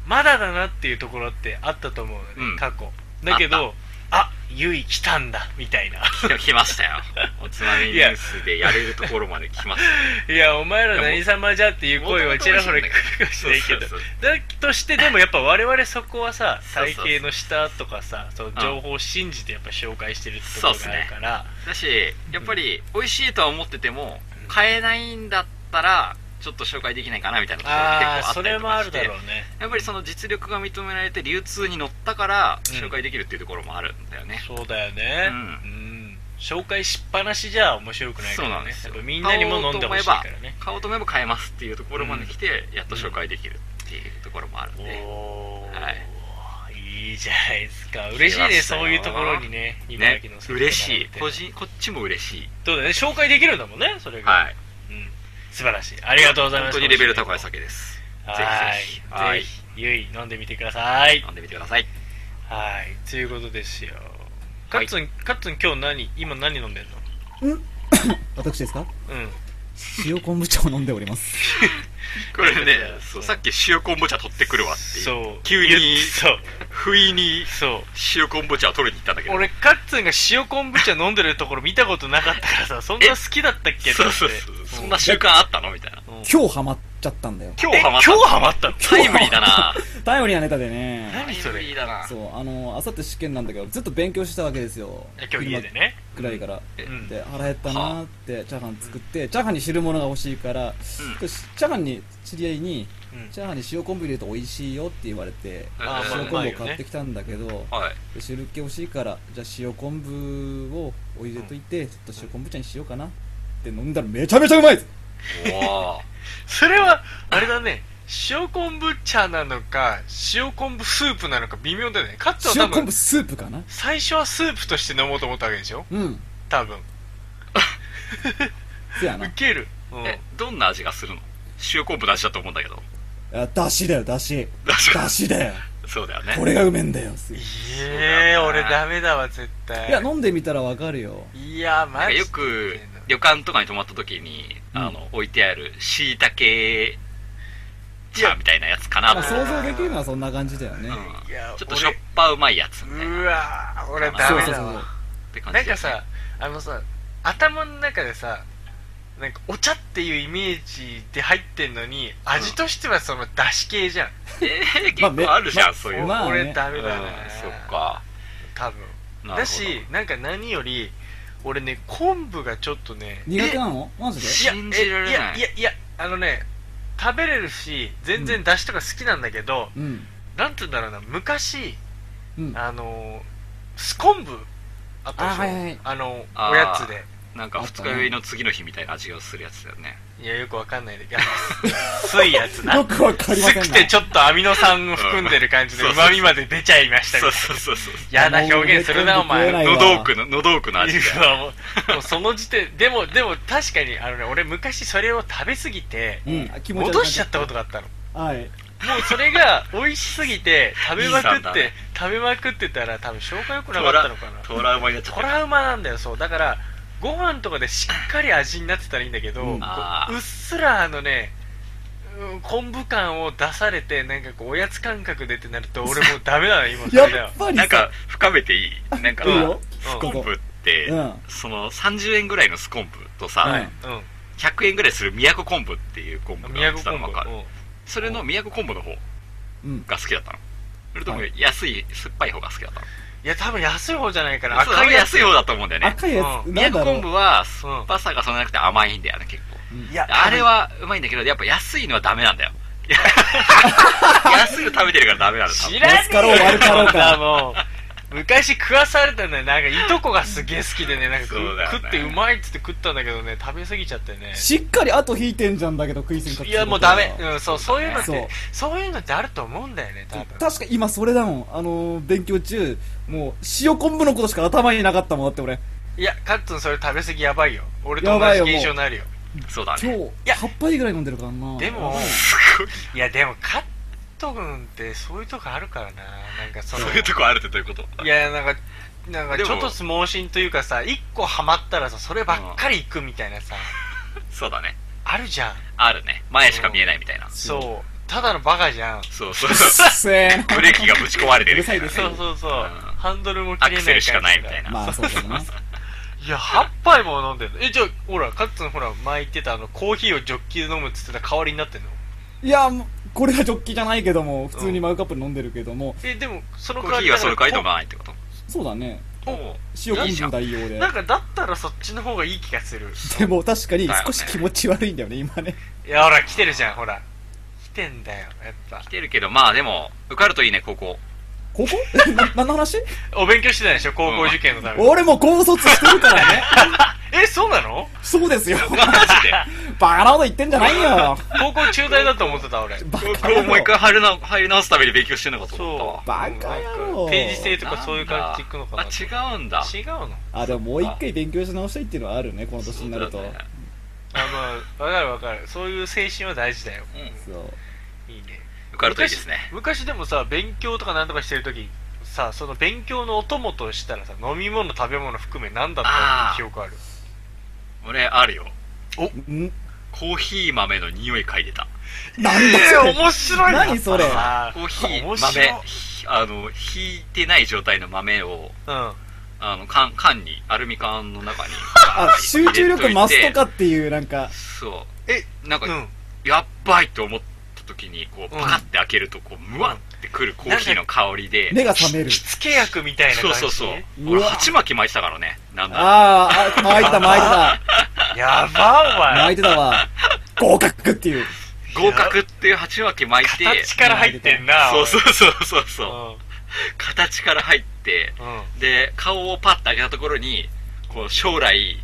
まだだなっていうところってあったと思うのね、
うん
過去だけどあゆい来たんだみたいな
来来ま したよおつまみニュースでやれるところまで来まし
いやお前ら何様じゃっていう声はちらほら聞くかも
た
し
よ
れんけど
そうそう
だとしてでもやっぱ我々そこはさ
そうそ
体
うそう
系の下とかさその
ん
情報を信じてやっぱ紹介してるってところがあるから
そうだしやっぱり美味しいとは思ってても買えないんだったらちょっと紹介できないかなみたいなところ
ああ
が結構あ
そ
ったり
れ
と
もあ
か
る
し
だ
て
ろうね
やっぱりその実力が認められて流通に乗ったから
うん
紹介できるっていうところもあるんだよね、
そうだよね
う
うんん紹介しっぱなしじゃ面白くないか
そうな
ら
ん
ね
です
や
よ
っぱみんなにも飲んでほしいからね
買おうと思えば買えますっていうところまで来て、やっと紹介できるっていうところもあるん
お
で、
お
は
ーいいじゃないですか嬉しい
来ま
ね
したよ
そういうところにね
ね
茨城の酒
嬉しい
って
個人こっちも嬉しい
そうだね紹介できるんだもんねそれが
はい
うん素晴らしいありがとうございます
本当にレベル高い酒です
は
ぜひぜひ
い。ぜひ、ゆい、飲んでみてください
飲。んでみてください
はい。ということですよ。カ
はい
ッツン、カッツン今日何、今何飲んでんの
私ですか
うん。
塩昆布茶を飲んでおります。
これね、 そうさっき塩昆布茶取ってくるわっていう。
そう
急に
言ってそう
不意に
そう
塩昆布茶を取りに行ったんだけど。
俺カッツンが塩昆布茶飲んでるところ見たことなかったからさそんな好きだったっけ
そう
と
そう
思って
そう。そんな習慣あったのみたいな。
今日ハマっちゃったんだよ。
今
え
日ハマった。
今日ハマったの
タイムリーだな。
タイムリーなネタでね。
何そ
タイムリ
れ
ーだな。
そう、あの、あさって試験なんだけど、ずっと勉強してたわけですよ。
今日家でね
昼間くらいから。
うん
で、腹減ったなーって、チャーハン作って、チャーハンに汁物が欲しいから、でチャーハンに、知り合いに、
うん
チャーハンに塩昆布入れると美味しいよって言われて、
あーまあ
塩
まあ
昆布を買ってきたんだけど、
はい。
で汁気欲しいからじゃあ塩昆布をお入れといて、ちょっと塩昆布茶にしようかなって飲んだらめちゃめちゃうまいです
おー。
それはあれだね塩昆布茶なのか塩昆布スープなのか微妙だよねカッツンは
塩
多
昆
分
布スープかな
最初はスープとして飲もうと思ったわけでしょ
うん
多分
せや
ウ
な
ケる うん
え、どんな味がするの塩昆布の味だと思うんだけど。
あだしだよだし
だし
だしだよ
そうだよね。
これがうめえんだよすごい
ええ
そうだ
俺
な
ダメだわ絶対
いや飲んでみたらわかるよ
いや
なん
マ
か
ジで
よく旅館とかに泊まった時に、
うん
あの置いてあるしいたけ茶みたいなやつかな
ま
と
あ
思う
想像できるのはそんな感じだよね、
うん
いや
ちょっとしょっぱうまいやつみたいなっ
うわー俺ダ
そう
メ
そうそ
だ
う
わ
て感じ
なんかさあのさ頭の中でさなんかお茶っていうイメージで入ってんのに味としてはその出汁系じゃん、
えー、
まあ
結構あるじゃん、
まあ
そういうの、
まあね
俺ダメ
うん
だね、
そっか
多分
なるほど
だしなんか何より俺ね昆布がちょっとね
苦手なのマジで
し信じられない
やいやいやあのね食べれるし全然出汁とか好きなんだけど、
うん
なんて言うんだろうな昔
うん
あの酢昆布あったでしょ
あはいはい
あの
あー
おやつで
なんか二日酔いの次の日みたいな味がするやつだよね
いやよくわかんないでけど 薄いやつな
よくわかりません
薄
な
くてちょっとアミノ酸を含んでる感じで
うん
うまみまで出ちゃいましたみ
そ
たいう
そうそうそう
な嫌な表現するなお前
もう
い
ないわ
のどうくののどうくの味
や
が
もうもうその時点でもでも確かにあのね俺昔それを食べ過ぎて
うんあ気持ち悪くなっ
戻しちゃったことがあったの
はい
もうそれが美味しすぎて食べま
いい
く
さん
っ
だ
て
ね
食べまくってたら多分消化良くな
ト
かった
ラ
のかな
トラウマになっちゃっ
ト
た
ラウマなんだよそうだからご飯とかでしっかり味になってたらいいんだけど、
うん
こ
あ
う
ー
うっすらあのねうん昆布感を出されてなんかこうおやつ感覚でってなると俺もうダメだな今そ
や
れだよ
っぱり
なん
さ
か深めていいなんか
いいよ
スコンプって、
うん
その30円ぐらいのスコンプとさ、
はい
うん
100円ぐらいする宮古昆布っていう昆布が売っ
宮
て
古
たの
昆
分
布
かるそれの宮古昆布の方
うん
が好きだったのそれとも
は
安い酸っぱい方が好きだったの
いや多分安い方じゃないかな
そう
赤いやつ
安い方だと思うんだよね
赤いやつ
宮
なん
古
だろ
昆
う
布は酸っぱさがそんななくて甘いんだよね結構
いや
あれはうまいんだけどやっぱ安いのはダメなん だよ安いの食べてるからダメなんだ
知
よ
らねえよ
安かろう悪かろうか
そんなもう昔食わされたんだよなんかいとこがすげえ好きでねなんか食
そうだよね
食ってうまいっつって食ったんだけどね食べ過ぎちゃってね
しっかり後引いてんじゃんだけど食いすぎたって
い
ことは
やもうダメ、うん、そうそういうのって
そ
そうういうのってあると思うんだよね多分
確か今それだもんあのー勉強中もう塩昆布のことしか頭になかったもんだって俺
いやカッツンそれ食べ過ぎやばいよ俺と
やば
同
い
じ
よ
現象になるよ
そうだ
今
ね
日
や
8杯ぐらい飲んでるからな
でも
すごい
いやでもカット君ってそういうとこあるからななんかその
そういうとこあるってどういうこと
いやなんかなんか
でも
ちょっと盲信というかさ一個ハマったらさそればっかり行くみたいなさ
そうだね
あるじゃん
あるね前しか見えないみたいな
そうただのバカじゃん
そうそう
う
そ
っせえな
うブレーキがぶち込まれてるみたいな
うるさいです
そうそうそう、
うん
ハンドルも切
ア
れない
クセルしかないみたいな、
まあそうだよな
ないや8杯も飲んでるえじゃあほらカッツンほら前言ってたあのコーヒーをジョッキで飲むっつってた代わりになってんの
いやもうこれはジョッキじゃないけども普通にマグカップで飲んでるけども
えでもその
コ
代わ
ー
り
ヒーはそれから飲
だか
まないってこと
そうだね
お
塩昆布代用で
らなんかだったらそっちの方がいい気がする
でも確かに少し気持ち悪いんだよね今ね
いやほら来てるじゃんほら来てんだよやっぱ
来てるけどまあでも受かるといいね高 校
ここえ な何の話
お勉強してたでしょ高校受験のために、
俺も高卒してるからね
えそうなの
そうですよ
マジで
バカなこと言ってんじゃないよ
高校中退だと思ってた俺
バ
高
カ
校もう
野
一
郎
回入るな入り直すために勉強してんのかと思った
そ
わ
う
バカ野郎
ページ制とかそういう感じでいくのかな
あ違うんだ
違うの
あでももう一回勉強し直したいっていうのはあるねこの年になると
そうだね
あまあわかるわかるそういう精神は大事だよ
そう
いいね
受かるといいですね
昔昔でもさ勉強とかなんとかしてる時さその勉強のお供としたらさ飲み物食べ物含め何だったって記憶ある
俺あるよ
ん
コーヒー豆の匂い嗅いでた
なんだそ
え
れ
ー、面白いな
何それ
あ
コーヒー
面白い
豆ひあのひいてない状態の豆を
うん
あの缶缶にアルミ缶の中 に
あ集中力増すとかっていうなんか
そう
え
なんか、
うん
やっばいと思った時にこうパカって開けるとこうむわってくるコーヒーの香りで、
目が覚める
着付け薬みたいな
そ
感
う
じ
そうそう
うわ
俺鉢巻き巻いてたからねなんだ
あーあ巻いてた巻いてた
やばお前
巻いてたわ合格っていう
合格っていう鉢巻き巻いて
形から入ってんな
そうそううそうそうそう形から入って
んうん
で顔をパッと開けたところにこう将来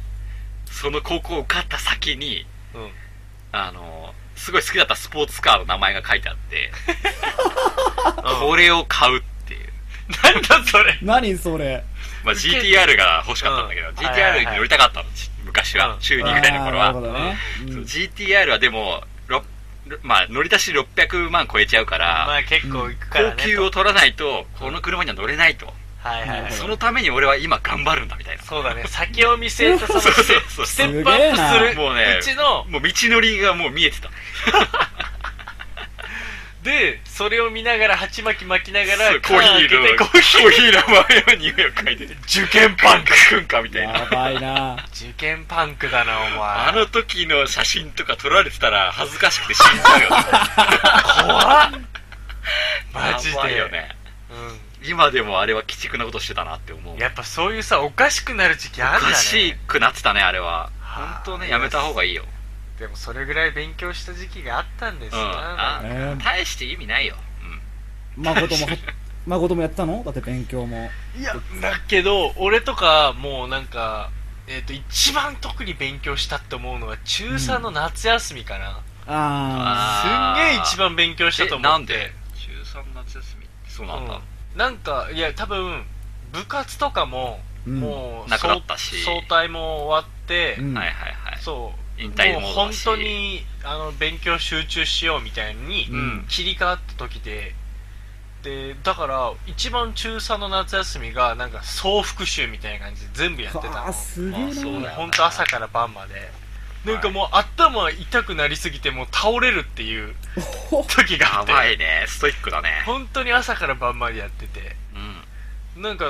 その高校を受かった先に
うん
あのすごい好きだったスポーツカーの名前が書いてあって これを買うっていう
なんだそれ
何それ
まあ、GTR が欲しかったんだけど、
うんはいはい
GTR
はい
に乗りたかったの、ち昔は、
うん
中2ぐ
あ
らいの頃
ーな
は、
るほどねうん
そう GTR はでもろろまあ、乗り出し600万超えちゃうから、
まあ結構いくからね
高級を
と
取らないとこの車には乗れないと、
はいはいはい
そのために俺は今頑張るんだみたいな、
そうだね先を見据えたその
そう
ステ
そう
ップ
そう
ステップアップする
すげえなもうね
うちの
もう道のりがもう見えてた
でそれを見ながら鉢巻き巻きなが
そ
ら
うコーヒー
缶開け
の
て
コ
コー
ー
ヒ
ヒ
ー
ーの前の匂いを嗅いでて受験パンクくんかみたい
や
な
ばい な
受験パンクだなお前
あの時の写真とか撮られてたら恥ずかしくて死んじゃうよね
怖っ マジ
やば
で
いよね
う、
今でもあれは鬼畜なことしてたなって思うん
やっぱそういうさおかしくなる時期あ
お
んだね
かしくなってたねあれは
はあ
本当ねやめた方がいいよ、
でもそれぐらい勉強した時期があったんです
うん、
ななんか
あ
えー
大して意味ないよ、
誠も誠もやってたのだって勉強も
いやだけど俺とかもうなんかえっ、と一番特に勉強したって思うのは中3の夏休みかな、
あ
あー
すんげえ一番勉強した
うん、
と思って
なんで中3夏休みってそうなんだ、
うん、なんかいや多分部活とかも、
うん
もう
なくなったし
早退も終わって、
ーうん
はいはいはい
そう
引退モードだし
もう本当にあの勉強集中しようみたいに
うん
切り替わった時で、でだから一番中3の夏休みがなんか総復習みたいな感じで全部やってた
あ
の
ーすげえ
まあそうだよ
な
ね
本当朝から晩までなんかもう頭痛くなりすぎてもう倒れるっていう時があ
や
って
ばいねストイックだね
本当に朝から晩までやってて
うん
なんか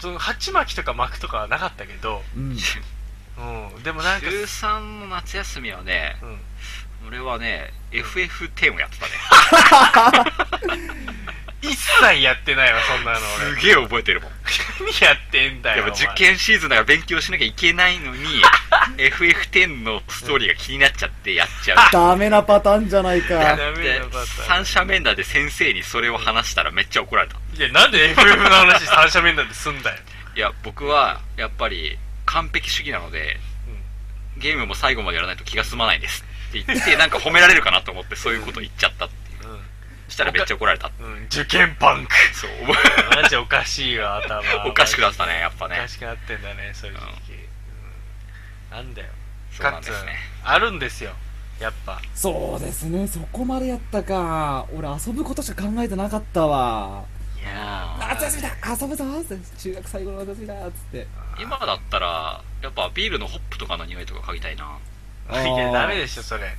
その鉢巻きとか巻くとかはなかったけど、
うん
うん、でもなんか、
中3の夏休みはね
うん、
俺はね FF10 をやってたね
一切やってないわそんなの俺
すげえ覚えてるもん
何やってんだ
で
よ
も
お前
受験シーズンだから勉強しなきゃいけな いのに FF10 のストーリーが気になっちゃってやっちゃう
ダメなパターンじゃない
だって
か
ダメなパターン
三者面談で先生にそれを話したらめっちゃ怒られた
いやなんで FF の話三者面談ですんだよ
いや僕はやっぱり完璧主義なので、ゲームも最後までやらないと気が済まないですって言って なんか褒められるかなと思ってそういうこと言っちゃったっていうそしたらめっちゃ怒られた
うん、うん、受験パンク
そう
マジおかしいわ頭
おかしくなったねやっぱ
お
ね
かしくなってんだねそういう時期、うんなんだよ
そうなんですね
カッツンあるんですよやっぱ
そうですねそこまでやったか俺遊ぶことしか考えてなかったわ
いや
夏休みだ遊ぶぞ中学最後の夏休みだっつって
ー今だったらやっぱビールのホップとかの匂いとか嗅ぎたいない
やダメでしょそれ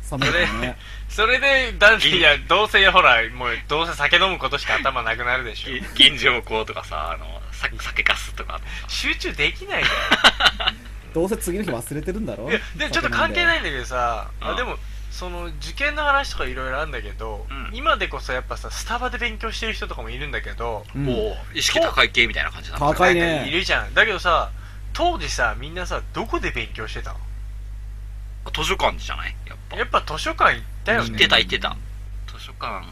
寒いからね
それでだっていやどうせほらもうどうせ酒飲むことしか頭なくなるでしょ
ぎ銀条香とかさあのさ酒かすとか
集中できないじゃん
どうせ次の日忘れてるんだ ろ
いやでもちょっと関係ないいんだけどさあ
うん
でもその受験の話とかいろいろあるんだけど、
うん
今でこそやっぱさスタバで勉強してる人とかもいるんだけど、
うん
もう意識高い系みたいな感じなんだ
高い
なんかい
ね
るじゃんだけどさ当時さみんなさどこで勉強してたの
図書館じゃないやっぱ
やっぱ図書館行ったよ
行っ
ね
てた行ってた図書館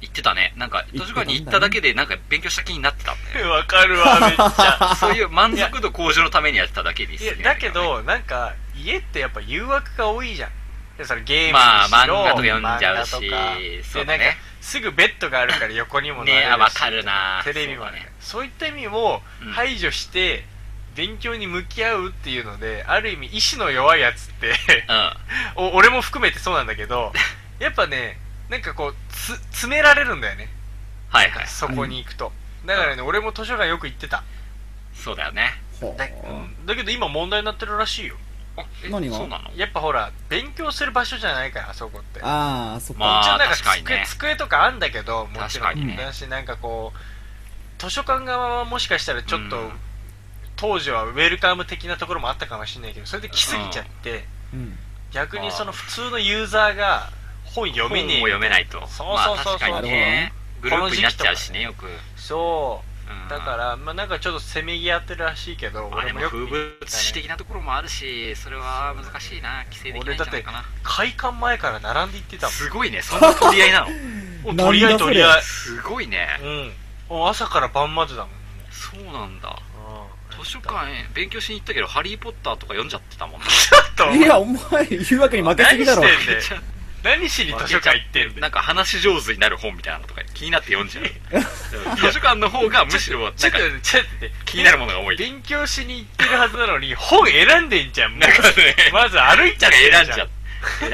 行ってたねなんか図
行ってたんだね
書館に行っただけでなんか勉強した気になってたんだ よ
わかるわめっち ゃ
そういう満足度向上のためにやってただけで
い
す
やだけどなんか家ってやっぱ誘惑が多いじゃんでそれゲームにしろ、
まあ漫画とか読んじゃうし
漫画とか
そう
でな
だ
ん
ね
かすぐベッドがあるから横にもなれるし
ねあわかるな
テレビもね
そうだね
そういった意味を
うん
排除して、勉強に向き合うっていうのである意味意志の弱いやつって
う
お俺も含めてそうなんだけど やっぱねなんかこうつ詰められるんだよね
んはいはい
そこに行くと、だからね、俺も図書館よく行ってた
そうだよね
ほう
だ,、うんだけど今問題になってるらしいよ
あえ
何が
そうなの
やっぱほら勉強する場所じゃないからあそこって
ああそっか、
まあ
一応なんか
確かに
机
ね
机とかあんだけどもちろ
確かに
ん
ね
だし、なんかこう図書館側はもしかしたらちょっと、
うん
当時はウェルカム的なところもあったかもしれないけどそれで来すぎちゃって、
うん、
逆にその普通のユーザーが本読み
本
に
も読めないと
そうそうそうそう
まあ、確かにねグループになっちゃうしねよく、
そう
うん
だから、まあ、なんかちょっとせめぎ合ってるらしいけど
まあ
俺
でも
もよく
風物詩的なところもあるしそれは難しいな規制できないんじゃないかな
開館前から並んでいってたもん
すごいねそんな取り合いなの
お
なんだ
取り合い取り合い
すごいね
うんお朝から晩までだもん
そうなんだ
うん
図書館へ勉強しに行ったけど「ハリー・ポッター」とか読んじゃってたもんな
ちょっと
いやお前誘惑に負けすぎだろ
何してんだよ何しに図書館行ってんだよ
なんか話し上手になる本みたいなのとか気になって読んじゃう 図書館の方がむしろなんか
ちょっと待ってちょっと待って
気になるものが多い
勉強しに行ってるはずなのに本選んでんじゃんもう
なんかね
まず歩いちゃって
選ん
る
じ
じ
ゃ
ゃ
っ
ん
て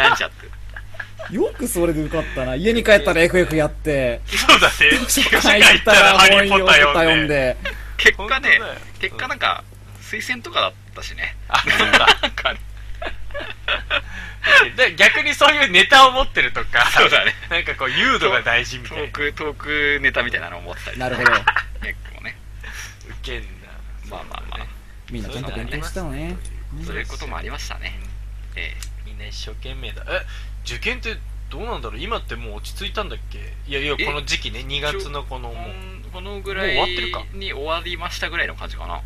選んじゃって
よくそれで受かったな家に帰ったら FF やって
そうだね
図
図書
書館
館
行
行
っ
ったた
ら
らハ
本
リー・ポ
読
ッ
ん
ター
で読
読
ん
んで
で
結果
本当
ね
だよ
結果なんか推薦とかだったしね
あそうだ
なんかね
で 逆にそういうネタを持ってるとか、
そうだね
なんかこう、誘導が大事み
ト
たい
ー
な。
クトークネタみたいなのを持ってたり
なるほど
結構ね
ウケんな。
まあまあまあ
みんなちゃんと勉強したのね
そういうこともありましたねえ
みんな一生懸命だ。え、受験ってどうなんだろう今ってもう落ち着いたんだっけいやいや、
え
この時期ね、2月のこの、
え
もう、
こんこのぐらい
もう終わって
に終わりましたぐらいの感じかな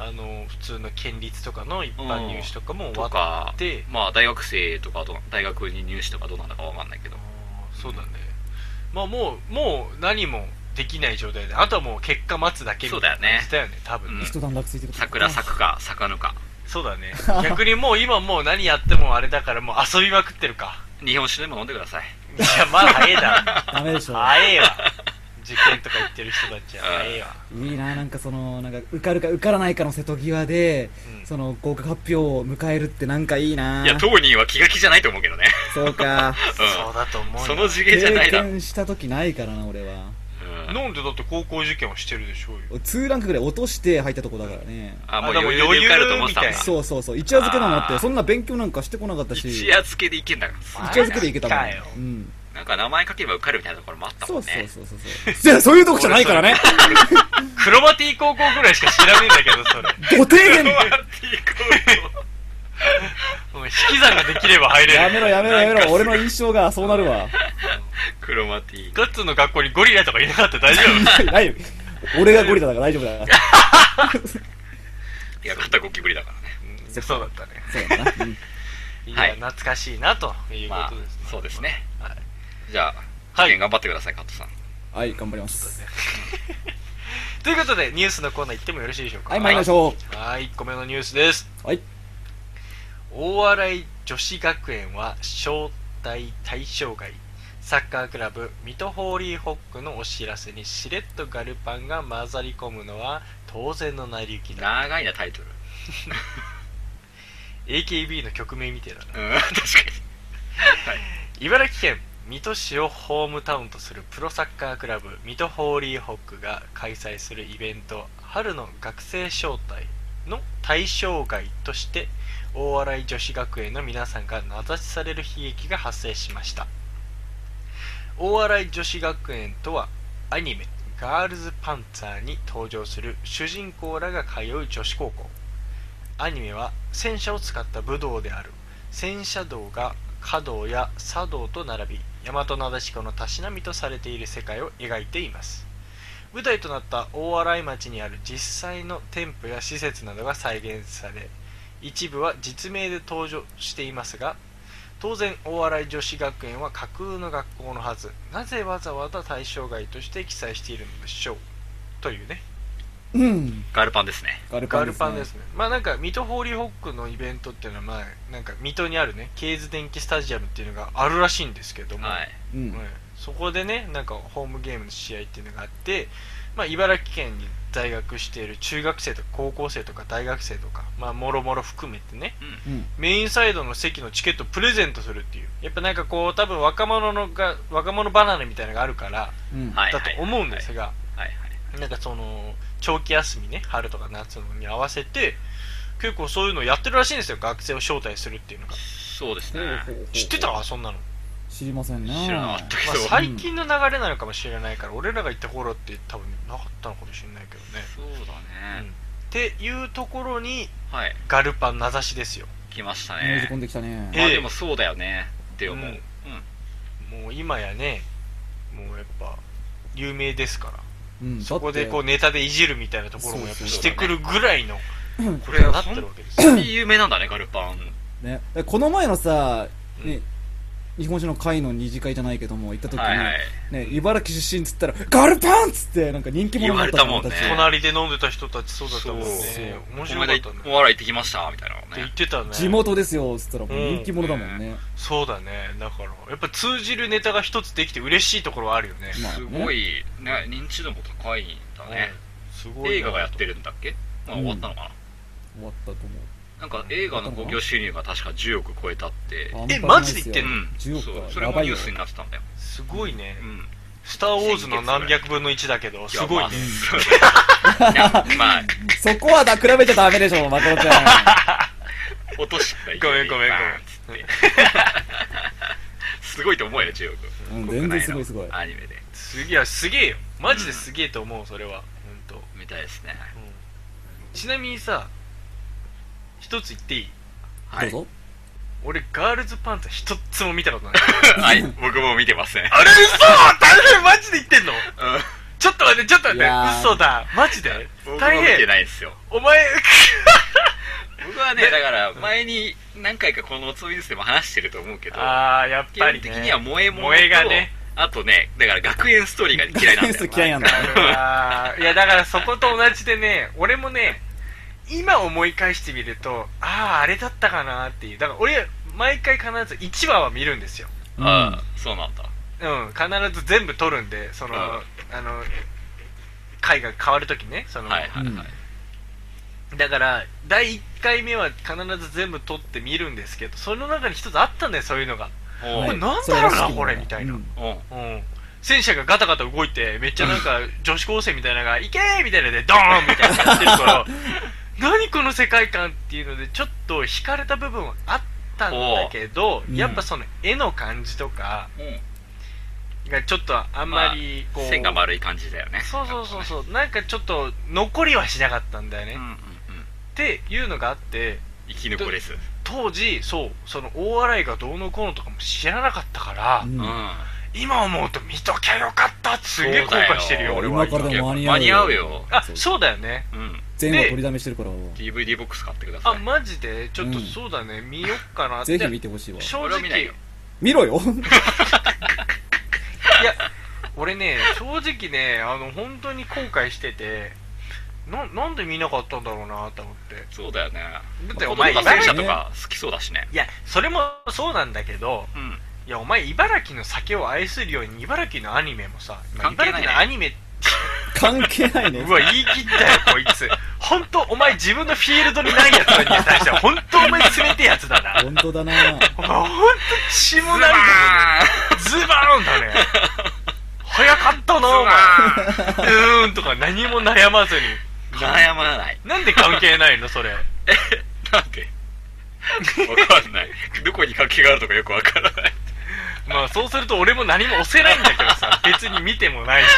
あの、普通の県立とかの一般入試とかも終
と
わ
か
って、
まあ大学生とかどう大学に入試とかどうなんだかわかんないけど
あーそうだね。まあもう、もう何もできない状態で、あとはもう結果待つだけみたいな
そうだよね
感じだよね、多分ね。
うん
一段落ついてる
桜咲くか咲かぬか
そうだ ね。逆にもう今もう何やってもあれだから、もう遊びまくってる か。
日本酒でも飲んでください
いや、まだ早えだろ。
ダメでしょ
早えわ。受験とか言ってる人たちは
うん
早えわ。
いいななんかそのなんか受かるか受からないかの瀬戸際で、
うん
その合格発表を迎えるってなんかいいない
や当人は気が気じゃないと思 うけどね
そうか
そうだと思う
うん
よ
その次元
経
じゃないだろう
験した時ないからな俺は
ん
なんでだって高校受験をしてるでしょうよ。
俺2ランクぐらい落として入ったとこだからね
あもう
あでも
余裕で受かると思ってたんだ
余裕みたい
そうそうそう一夜漬けなのだっ
あ
て
ー
そんな勉強なんかしてこなかったし
一夜
一夜
漬けでいけんだから
漬けでいけたもん
マジかよ
うん
なんか名前書けば受かるみたいなところもあった
そ
も
うんそう
ね
そうそうそうじゃあそういうとこじゃないからね
クロマティ高校ぐらいしか知らねえんだけど、それ。
ご提言
お前引き算ができれば入れる。
やめろやめろや
なん
め
かす
ろ
ごい
俺の印象がそうなるわ
クロマティ
ガッツの学校にゴリラとかいなかったら大丈夫
大丈夫俺がゴリラだから大丈夫 だから
いや肩ゴキブリだからね
うんそうだったね。
そうだな、うん
い
は
や、
い
懐かしいな、というこ
まあ
とですね。
そうですね
はい
じゃあ
はい
受験頑張ってくださいカットさん
はい頑張ります
ということで、ニュースのコーナー行ってもよろしいでしょうか。
はい参りましょう
はい、1個目のニュースです。
はい。
大洗女子学園は招待対象外。サッカークラブ、水戸ホーリーホックのお知らせにしれっとガルパンが混ざり込むのは当然の成り行きだ。
長いなタイトル
AKB の曲名みたいだな。
うん確か
茨城県水戸市をホームタウンとするプロサッカークラブ水戸ホーリーホックが開催するイベント春の学生招待の対象外として大洗女子学園の皆さんが名指しされる悲劇が発生しました大洗女子学園とはアニメ「ガールズパンツァー」に登場する主人公らが通う女子高校アニメは戦車を使った武道である戦車道が華道や茶道と並び大和灘子のたしなみとされている世界を描いています舞台となった大洗町にある実際の店舗や施設などが再現され一部は実名で登場していますが当然大洗女子学園は架空の学校のはずなぜわざわざ対象外として記載しているのでしょうというね
うん
にガルパンですね
ガルパ
ガ
ンで
ル
す,、ね、
パンですねまあなんか水戸ホーリーホックのイベントっていうのはまあなんか水戸にあるねケーズ電気スタジアムっていうのがあるらしいんですけども、
はい
うん
はいそこでねなんかホームゲームの試合っていうのがあって、まあ、茨城県に在学している中学生とか高校生とか大学生とかまあもろもろ含めてね
うん
メインサイドの席のチケットをプレゼントするっていうやっぱなんかこう多分若者のが若者離れみたいなのがあるから
うん
はい
だと思うんですが、
はいはい
なんかその長期休みね春とか夏のに合わせて結構そういうのやってるらしいんですよ学生を招待するっていうのが
そうですね
知ってたそんなの、
知りませんね
知らなかったけ
まあ、
ど、
最近の流れなのかもしれないから俺らが行った頃って多分なかったのかもしれないけどね
そうだね、
っていうところに
はい
ガルパン名指しですよ
来ました
入り込
ね
んできたね
え
まあでもそうだよねって思う、
う
うんん
もう今やねもうやっぱ有名ですから
うん
そこでこうネタでいじるみたいなところもやっぱしてくるぐらいのこ
こ
れ
れ
にな
は
って
本
るわけですよ
当に有名なん だねガルパン
ね、この前のさ、
うん
ね、日本酒の会の二次会じゃないけども行った時に、
はいはい
ね、茨城出身っつったらガルパンっつってなんか人気者だった
言われたもんね
俺たち
隣で飲んでた人たちそうだったもんね
そう
面白かったね
お笑い行ってきましたみたいなの
って言
ね
ってたね
地元ですよっつったらもう人気者だもんね、
そうだねだからやっぱ通じるネタが一つできて嬉しいところはあるよね
まあ
すごいね認知度も高いんだね、
すごいな
映画がやってるんだっけ、まあ、
うん
終わったのかな、
終わったと思う
なんか映画の興行収入が確か10億超えたって
えマジで言って
うん
の
ん
10億
そう
は
それ
や
も
ばい
ニュ
よ
ースになってたんだよ、
すごいね
う、ん、
スター・ウォーズの何百分の1だけど、すごいね。
やまあなまあ
そこはだ比べちゃダメでしょマコロちゃ
落としたら
ごめんごめんごめん
バーンっつってすごいと思うよ10億、
ん、うん、
国内の
全然すごいすごい
アニメです
げえ、すげえよ。マジですげえと思う、それは。本
みたいですね
当。うんちなみにさ、一つ言っていい
は
ど
い
うぞ
俺、ガールズパンツは一つも見たことない。
はい僕も見てません
あれ、嘘大変マジで言ってんの
うん
ちょっと待って、ちょっと待っ
いや
て。
ー
嘘だ。マジで
僕も
大
見て
変。
ないんですよ
お 前、
僕はねだから前に何回かこのツイースでも話してると思うけど
あー、やっ
基
ぱり
本
ね。
的には萌えもの
萌えが
と、
ね
あとねだから学園ストーリーが嫌い なんだよ
学園ストーリー嫌いなんだ
あーいやだからそこと同じでね俺もね今思い返してみるとあああれだったかなっていうだから俺毎回必ず1話は見るんですよ
ああそうなんだ
うん必ず全部撮るんでその、
うん
あの回が変わるときねその、
はいはいはい、
うん
だから第1回目は必ず全部撮って見るんですけどその中に一つあったんだよそういうのが、
おう
これなんだろうなこれみたいな、
おう
うん、戦車がガタガタ動いてめっちゃなんか女子高生みたいなのが「いけー!」みたいなのでドーンみたいなのやってるから何この世界観っていうのでちょっと惹かれた部分はあったんだけど
おー
やっぱその絵の感じとか
うん
がちょっとあんまりこう、
線が丸い感じだよね
そうそうそうそうなんかちょっと残りはしなかったんだよね、
うんう
っ
んうん
ていうのがあって
生き残れず
当時そうその大洗がどうのこうのとかも知らなかったから、
うん
うん
今思うと見ときゃよかったってすげえ後悔してるよ
そう
俺
だよ
は
今からでも間に合う
間に合うよ
あそうだよね
うん
全話取りだめしてるから
DVD ボックス買ってくださ
あ
い
マジでちょっと
うん
そうだね、見よっかなって
ぜひ見てほしいわ
正
俺は見な
直
い
い
よ
見ろよ
や俺ね正直ねあの本当に後悔しててななんで見なかったんだろうなと思って
そうだよね
だって
子
お
供
前
が
茨
戦
城
車とか好きそうだしね
いやそれもそうなんだけど
うん
いやお前茨城の酒を愛するように茨城のアニメもさ、
関係
茨
ないね
城のアニメ
関係ないね
うわ言い切った よこいつ本当お前自分のフィールドにないやつに対しては本当お前冷てえやつだな
本当だな
お前本当血も涙もねズバーンだね早かったなお前うーんとか何も悩まずに
悩まない
なんで関係ないのそれ
なんでわかんないどこに関係があるとかよくわからない
まあそうすると俺も何も押せないんだけど さ別に見てもないし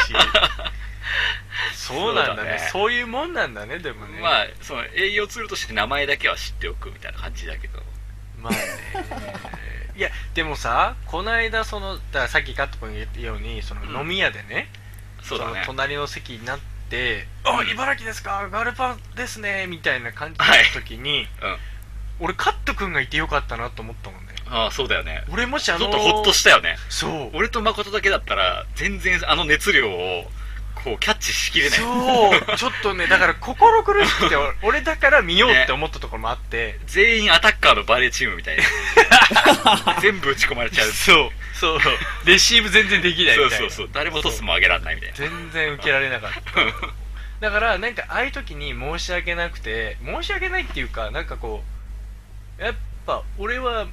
そうなんだねそう
そうだね
いうもんなんだねでもね
まあその営業ツールとして名前だけは知っておくみたいな感じだけど
まあねいやでもさこの間そのだからさっきカット君が言ったようにその飲み屋でね、
そうだね
の隣の席になって「あ茨城ですかガルパンですね」みたいな感じの時に、
はいうん
俺カット君がいてよかったなと思ったもんね
ああそうだよね
俺もしあ
ち
の
ょっとホッとしたよね
そう
俺と誠だけだったら全然あの熱量をこうキャッチしきれない
そうちょっとねだから心苦しく て俺俺だから見ようって思ったところもあって、
全員アタッカーのバレーチームみたい な全部打ち込まれちゃう
そうそうレシーブ全然できない
そ
み
う
たいな
そうそう誰もトスも上げられないみたいな
全然受けられなかった だからなんかああいう時に申し訳なくて申し訳ないっていうかなんかこうやっぱ俺は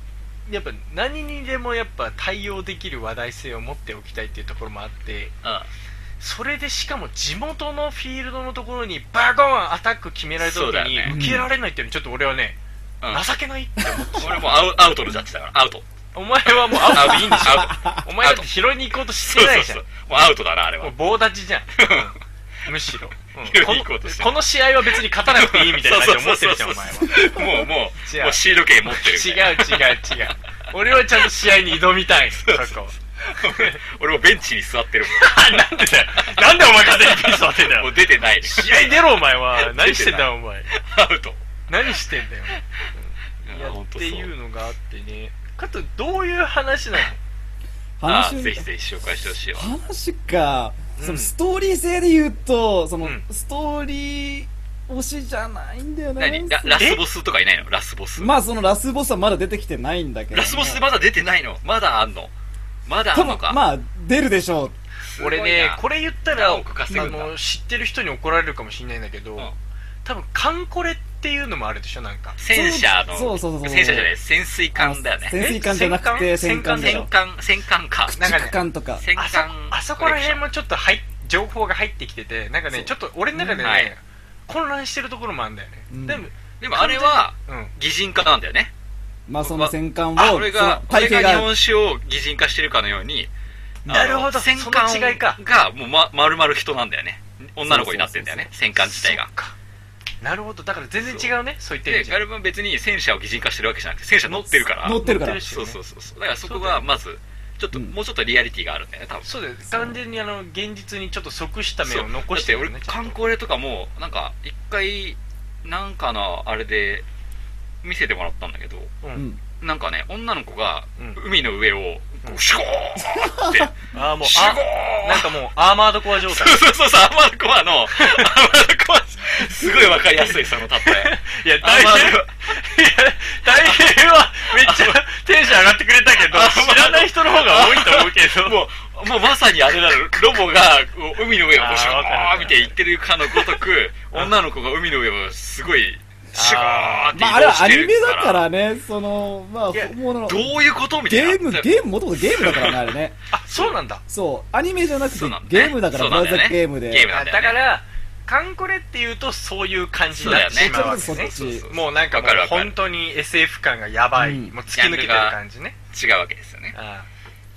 やっぱ何にでもやっぱ対応できる話題性を持っておきたいっていうところもあって
あ
それでしかも地元のフィールドのところにバゴンアタック決められた
そう
時
だ
に
ね
受けられないっていうのちょっと俺はね、
うん
情けないって思って
俺もうアウアウトのジャッジだからアウト
お前は もうアウ
アウトいいんでしょ
トお前だって拾いに行こうとしてないじゃん
そうそうそうもうアウトだなあれ
も
は
う棒立ちじゃんうんむしろ、うん
拾い
こ
に行こうとして
のこの試合は別に勝たなくていいみたいな感じで思ってるじゃんお
そう
前は
そうそうそうもうも
違
う
う
もうシード権持ってるみた
違
いな
う違う違う俺はちゃんと試合に挑みたいそこ
俺もベンチに座ってる
なんでだよなんでお前風邪にピン座ってんだ
もんも
よ
う出てない
試合出ろお前は何してんだよお前
アウト
何してんだよいや
本
っ
当
て
そう
いうのがあってねかとどういう話なの
あ
話
ぜひぜひ紹介してほしいわ
話か、
うん
そのストーリー性で言うとその、
うん
ストーリー推しじゃないんだよね
何ララスボスとかいないのラスボス
まあそのラスボスはまだ出てきてないんだけども
ラスボスまだ出てないのまだあんのまだあ
多
んの
分
か
まあ出るでしょう
すご
俺
いな
ねこれ言ったらあ
何億稼ぐんだ
の知ってる人に怒られるかもしれないんだけど、
ん
多分カンコレっていうのもあるでしょなんか
戦車の
そうそうそうそう
戦車じゃない潜水艦だよね
潜水艦じゃなくて
え
戦艦だ
戦
よ
艦戦艦か
なんかね
駆逐艦とか
戦
あそ
艦
あそこら辺
も
もちょっと入っ情報が入ってきててなんか
そ
ね
う
ちょっと俺の中でね、
うんはい
混乱してるところもあるんだよね、
うん
でも
でもあれは
うん
擬人化なんだよね
まあその戦艦を
あ俺が
その
俺
体
が
型
日
が
本酒を擬人化してるかのようにあの
なるほど
戦艦
その違いか
がもうま丸々人なんだよね女の子になってんだよね戦艦自体が
そっかなるほどだから全然違うねそう言って
で
るじゃん
ガルバン別に戦車を擬人化してるわけじゃなくて戦車乗ってるから
乗ってるか
乗っ
ら
てるし
そうそうそうそうだからそこがまずちょっと
うん
もうちょっとリアリティがあるんだよね多分
そうだよ完全にあの現実にちょっと即した面を残して
る
る
俺
よねちゃん
観
と
光例とかもなんか一回なんかのあれで見せてもらったんだけど
うん
なんかね女の子が
うん
海の上をこう
うん
シュゴーって
ああもう
シュゴ
あなんかもうアーマードコア状
ー
態
そうそうそうそうアーマードコアのアーマードコアすごいわかりやすいその例え
いや
アーマード
大変はめっちゃテンション上がってくれたけど
アーマード
知らない人の方が多いと思うけど
もうもうまさにあれだろロボがこう海の上を
あー
シュゴ
わかるわか
ー
る
見て行ってるかのごとく女の子が海の上をすごいシュゴーって
まああれ
移動
は
し
ア
て
ニ
る
メだからねそのまあ
いや
もうあの
どういうことみたい
ゲ
な
ームゲームもともとゲームだからねあれね
あそうなんだ
そうアニメじゃなくて
そうなんだ
ゲ
ね
ームだから
そう
ブ
なん
ラウ
だよ
ザ
ね
ゲームで
ゲーム
あだからカンコレっていうとそういう感じになって
そうだよ
し
ね
まうわけ
そっ
ね
ち
そう
もうなんかも
わかる
う
わかる
本当に SF 感がやばい、
うん
もう突き抜けてる感じね
違うわけですよね
あ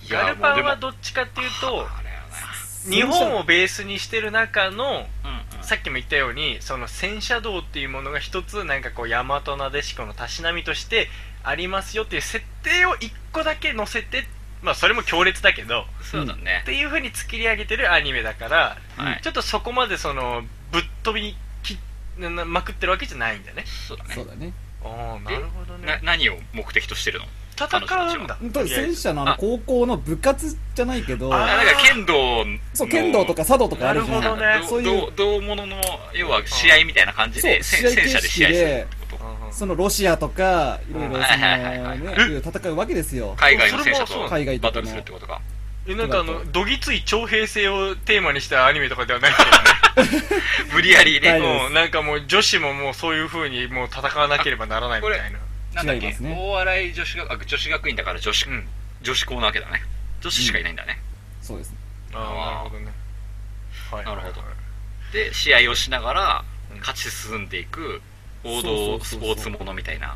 い
あガ
や
ルパンは
もうでも
どっちかっていうと
あれはね
日本をベースにしてる中の
うんうん
さっきも言ったようにその戦車道っていうものが一つなんかこう大和なでしこのたしなみとしてありますよっていう設定を一個だけ載せてまあそれも強烈だけど
そうだね
っ、ていう風に作り上げてるアニメだから
はい
ちょっとそこまでそのぶっ飛びきななまくってるわけじゃないんだね
そうだ
そ
ね
うだね
ああなるほど
な
ね
何を目的としてるの
戦うんだ
と戦車のあの
あ
高校の部活じゃないけど
あ
あー
なんか剣道の
そう剣道とか茶道とかあるじゃ
なる
ん
ほどね
ど
そういう
どどうものの要は試合みたいな感じで
そう
戦戦
試
車
合形
で
式
試合
です
るってこと
うんうん
そのロシアとかいろいろその
はいはいはい
ね戦うわけですよ
海外の戦車
それもそう
と
海外とか
バトルするってことか
えなんかあのどぎつい徴兵制をテーマにしたアニメとかではないけどね
無理やり
は
ね
いです
もうなんかもう女子ももうそういう風にもう戦わなければならないみたいな
なんだっ
違い
け、
ますね
大洗女子学あ女子学院だから女子、
うん
女子校なわけだね女子しかいないんだね、
そうですね
ああなるほどねはい
なるほどで試合をしながら勝ち進んでいく王道
そうそうそ
ス
う
ポ
そう
ーツものみたいな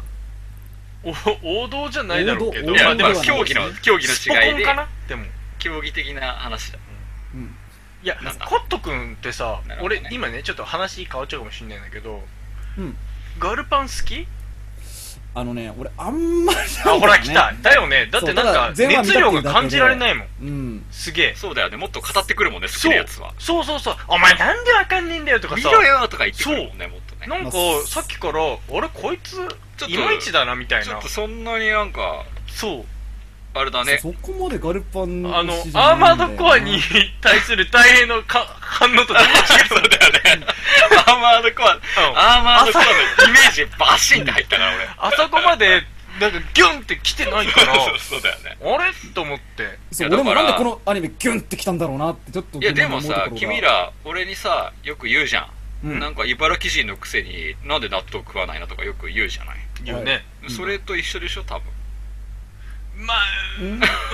お王道じゃないだろうけど
王道
いや
まあでも
まあ競技の競技
スポ
の違い
コン
で
かなでも
競技的な話だ
うん
いや
なんだ
コット君ってさ
なるほど
俺
ね
今ねちょっと話変わっちゃうかもしんないんだけど
うん
ガルパン好き
あのね俺あんまり
あほら来た
ね
だよねだってなんか
そうただ前話見
熱
たっていうだ
量
けで
が感じられないもん
うん
すげえ
そうだよねもっと語ってくるもんね好き
そう
なやつは
そうそうそうお前なんでわかんねえんだよとか
見
さ
ろよとか言ってくるもんねもっとね
なんか
まあ
さっきからあれこいつ
ちょっと
いまいちだなみたい
ちょ
な
っとそんなになんか
そう
あれだね
そこまでガルパン
あの
推しじ
ア
ゃ
ー
な
マ
いんだよ
ードコアに 対する大変のか反応と全
そうだよねアーマードコア
然違うの
アーマードコアのイメージバシンって入ったから俺
あそこまでなんかギュンって来てないから
そうそうだよね
あれと思って
そう
いや
俺もなんで
だから
このアニメギュンってきたんだろうなってちょっと
いやでも
疑問に
さ
思うところが
君ら俺にさよく言うじゃん、
うん
なんか茨城人のくせになんで納豆食わないのとかよく言うじゃない、
言うね
うん
それと一緒でしょ多分
まあ、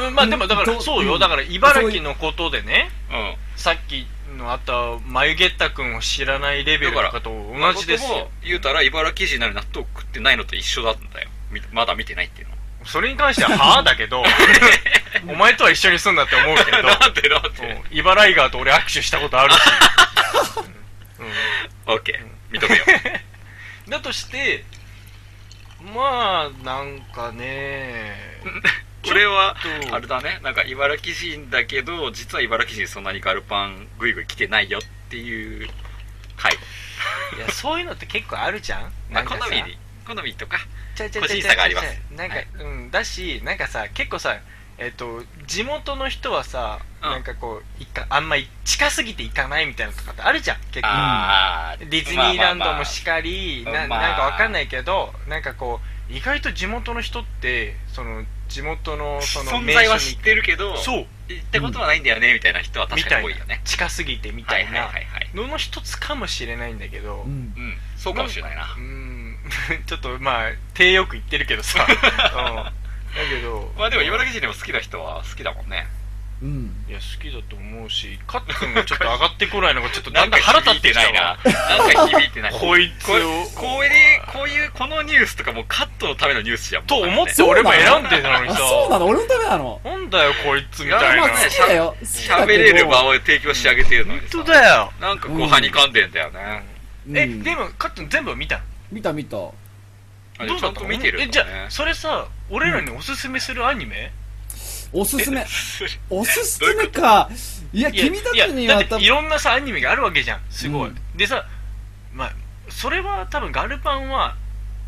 うんまあでもだか
う
ら
ん
そうよ
うん
だから茨城のことでね
うん
さっきのあった眉毛ったくんを知らないレベルの方と同じです
まあ僕
よ
も言うたら茨城人なり納豆食ってないのと一緒だったんだよみまだ見てないっていうのは
それに関してははあだけ どお前とは一緒に住んだって思う けど
なんでなんで
うん茨城川と俺握手したことあるし、うんうん
オッケー認めよ う
だとしてまあなんかね
これは
ちょっと
あれだねなんか茨城人だけど実は茨城人そんなにガルパングイグイ来てないよっていう回
いやそういうのって結構あるじゃん
ま
な
あ
んか
好
さ
み好みとか
ちゃちゃちゃちゃ
個人差があります
なんか、
はい
うんだしなんかさ結構さえっ、と地元の人はさ、
うん
なんかこういかあんまり近すぎて行かないみたいなのとかってあるじゃん結構
あ
ディズニーランドもし
っ
かり、
まあまあ
な
まあ
なんかわかんないけどなんかこう意外と地元の人ってその地元のその
存在は知っ
に
てるけど
そう
行ったことはないんだよねみたいな人は
み
確か
た
に
い
多
ない
よね
近すぎてみ
は
た
い
い
はい
な
はいはい
のの一つかもしれないんだけど
うん
うんそうかもしれないな
うーん ちょっとまあ手よく言ってるけど さ、うん、だけど
まあでも茨城人でも好きな人は好きだもんね
うん
いや好きだと思うしカッツンがちょっと上がってこないのがちょっと
な
だ
ん
ん
か
だん
腹
腹
立
立
っ
っててきた
ないな
わ。
なんか響いてない。
こいつ
これ
を
こういう、こういう、このニュースとかもうカットのためのニュースじゃん。
と思っ
もう
て俺も選んでたのに
あ
さ
そうなの俺のためなの
なんだよこいつみたいな
や
まあ
ま
好
あ
きだよ好き
喋
だけど
れる場を提供してあげてるのに
本
さ
当だよ
なんかこ
う
うんはにかんでんだよね。
うん
えでもカッツン全部見たの
見た見た
あ
どう
ちゃ
だっ
ん
た
と
の
見てるんだ
え
ね。
じゃあそれさ俺らにおすすめするアニメ
おすすめおすすめかいや
いや
君たち
い
に
や
は
だっ
多
てい
分
ろんなさアニメがあるわけじゃんすごい、
うん
でさまあそれは多分ガルパンは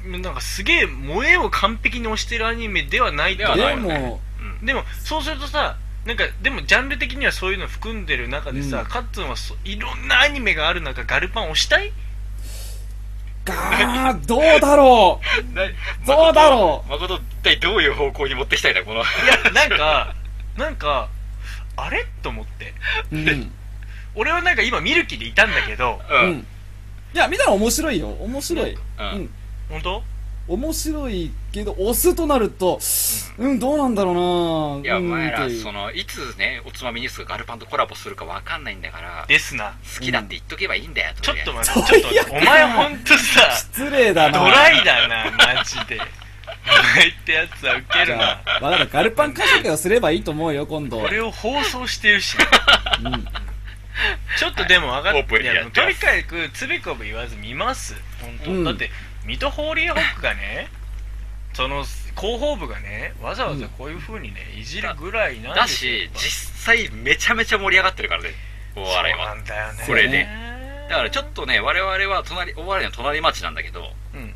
なんかすげえ萌えを完璧に推してるアニメではないと
はな
思
い
う
よね
でも
うん
でもそうするとさなんかでもジャンル的にはそういうの含んでる中でさ、
うん
カッツンはそいろんなアニメがある中ガルパン推したい
がーどうだろ
な
うどうだろ
誠、一体どういう方向に持ってきたいんだ、こ の。
いやなんかなんかあれと思って
ううん
俺はなんか今見る気でいたんだけど
う。
うんんいや見たら面白いよ面白いうん
本当
面白いけど押すとなるとうんどうなんだろうな
うん。いや、お
うん
前
っ
ら、
ていう
その、いつね、おつまみニュースがガルパンとコラボするかわかんないんだから、
ですな
好きだって言っとけばいいんだよ、
ちょ
と
っ
りあえず
と待ってちょっと待ってお前ほんとさ
失礼だ な
ドライだなマジでお前ってやつはウケ
じ
る
ゃ
な
あわかったガルパン解釈をすればいいと思うよ今度
これを放送してるし
うん
ちょっとでも分かっ
オープン
て、
に
い
や
や
っ
もう
て
と
ま
に
す
かくつべこべ言わず見ます本当、
うん
だって水戸ホーリーホックがねその広報部がねわざわざこういうふうにねいじるぐらいなん
だ
ですよ
し、実際めちゃめちゃ盛り上がってるからね、大
そう
洗は。
なんだよね
これでだからちょっとね、我々は隣、大洗の隣町なんだけど、
うん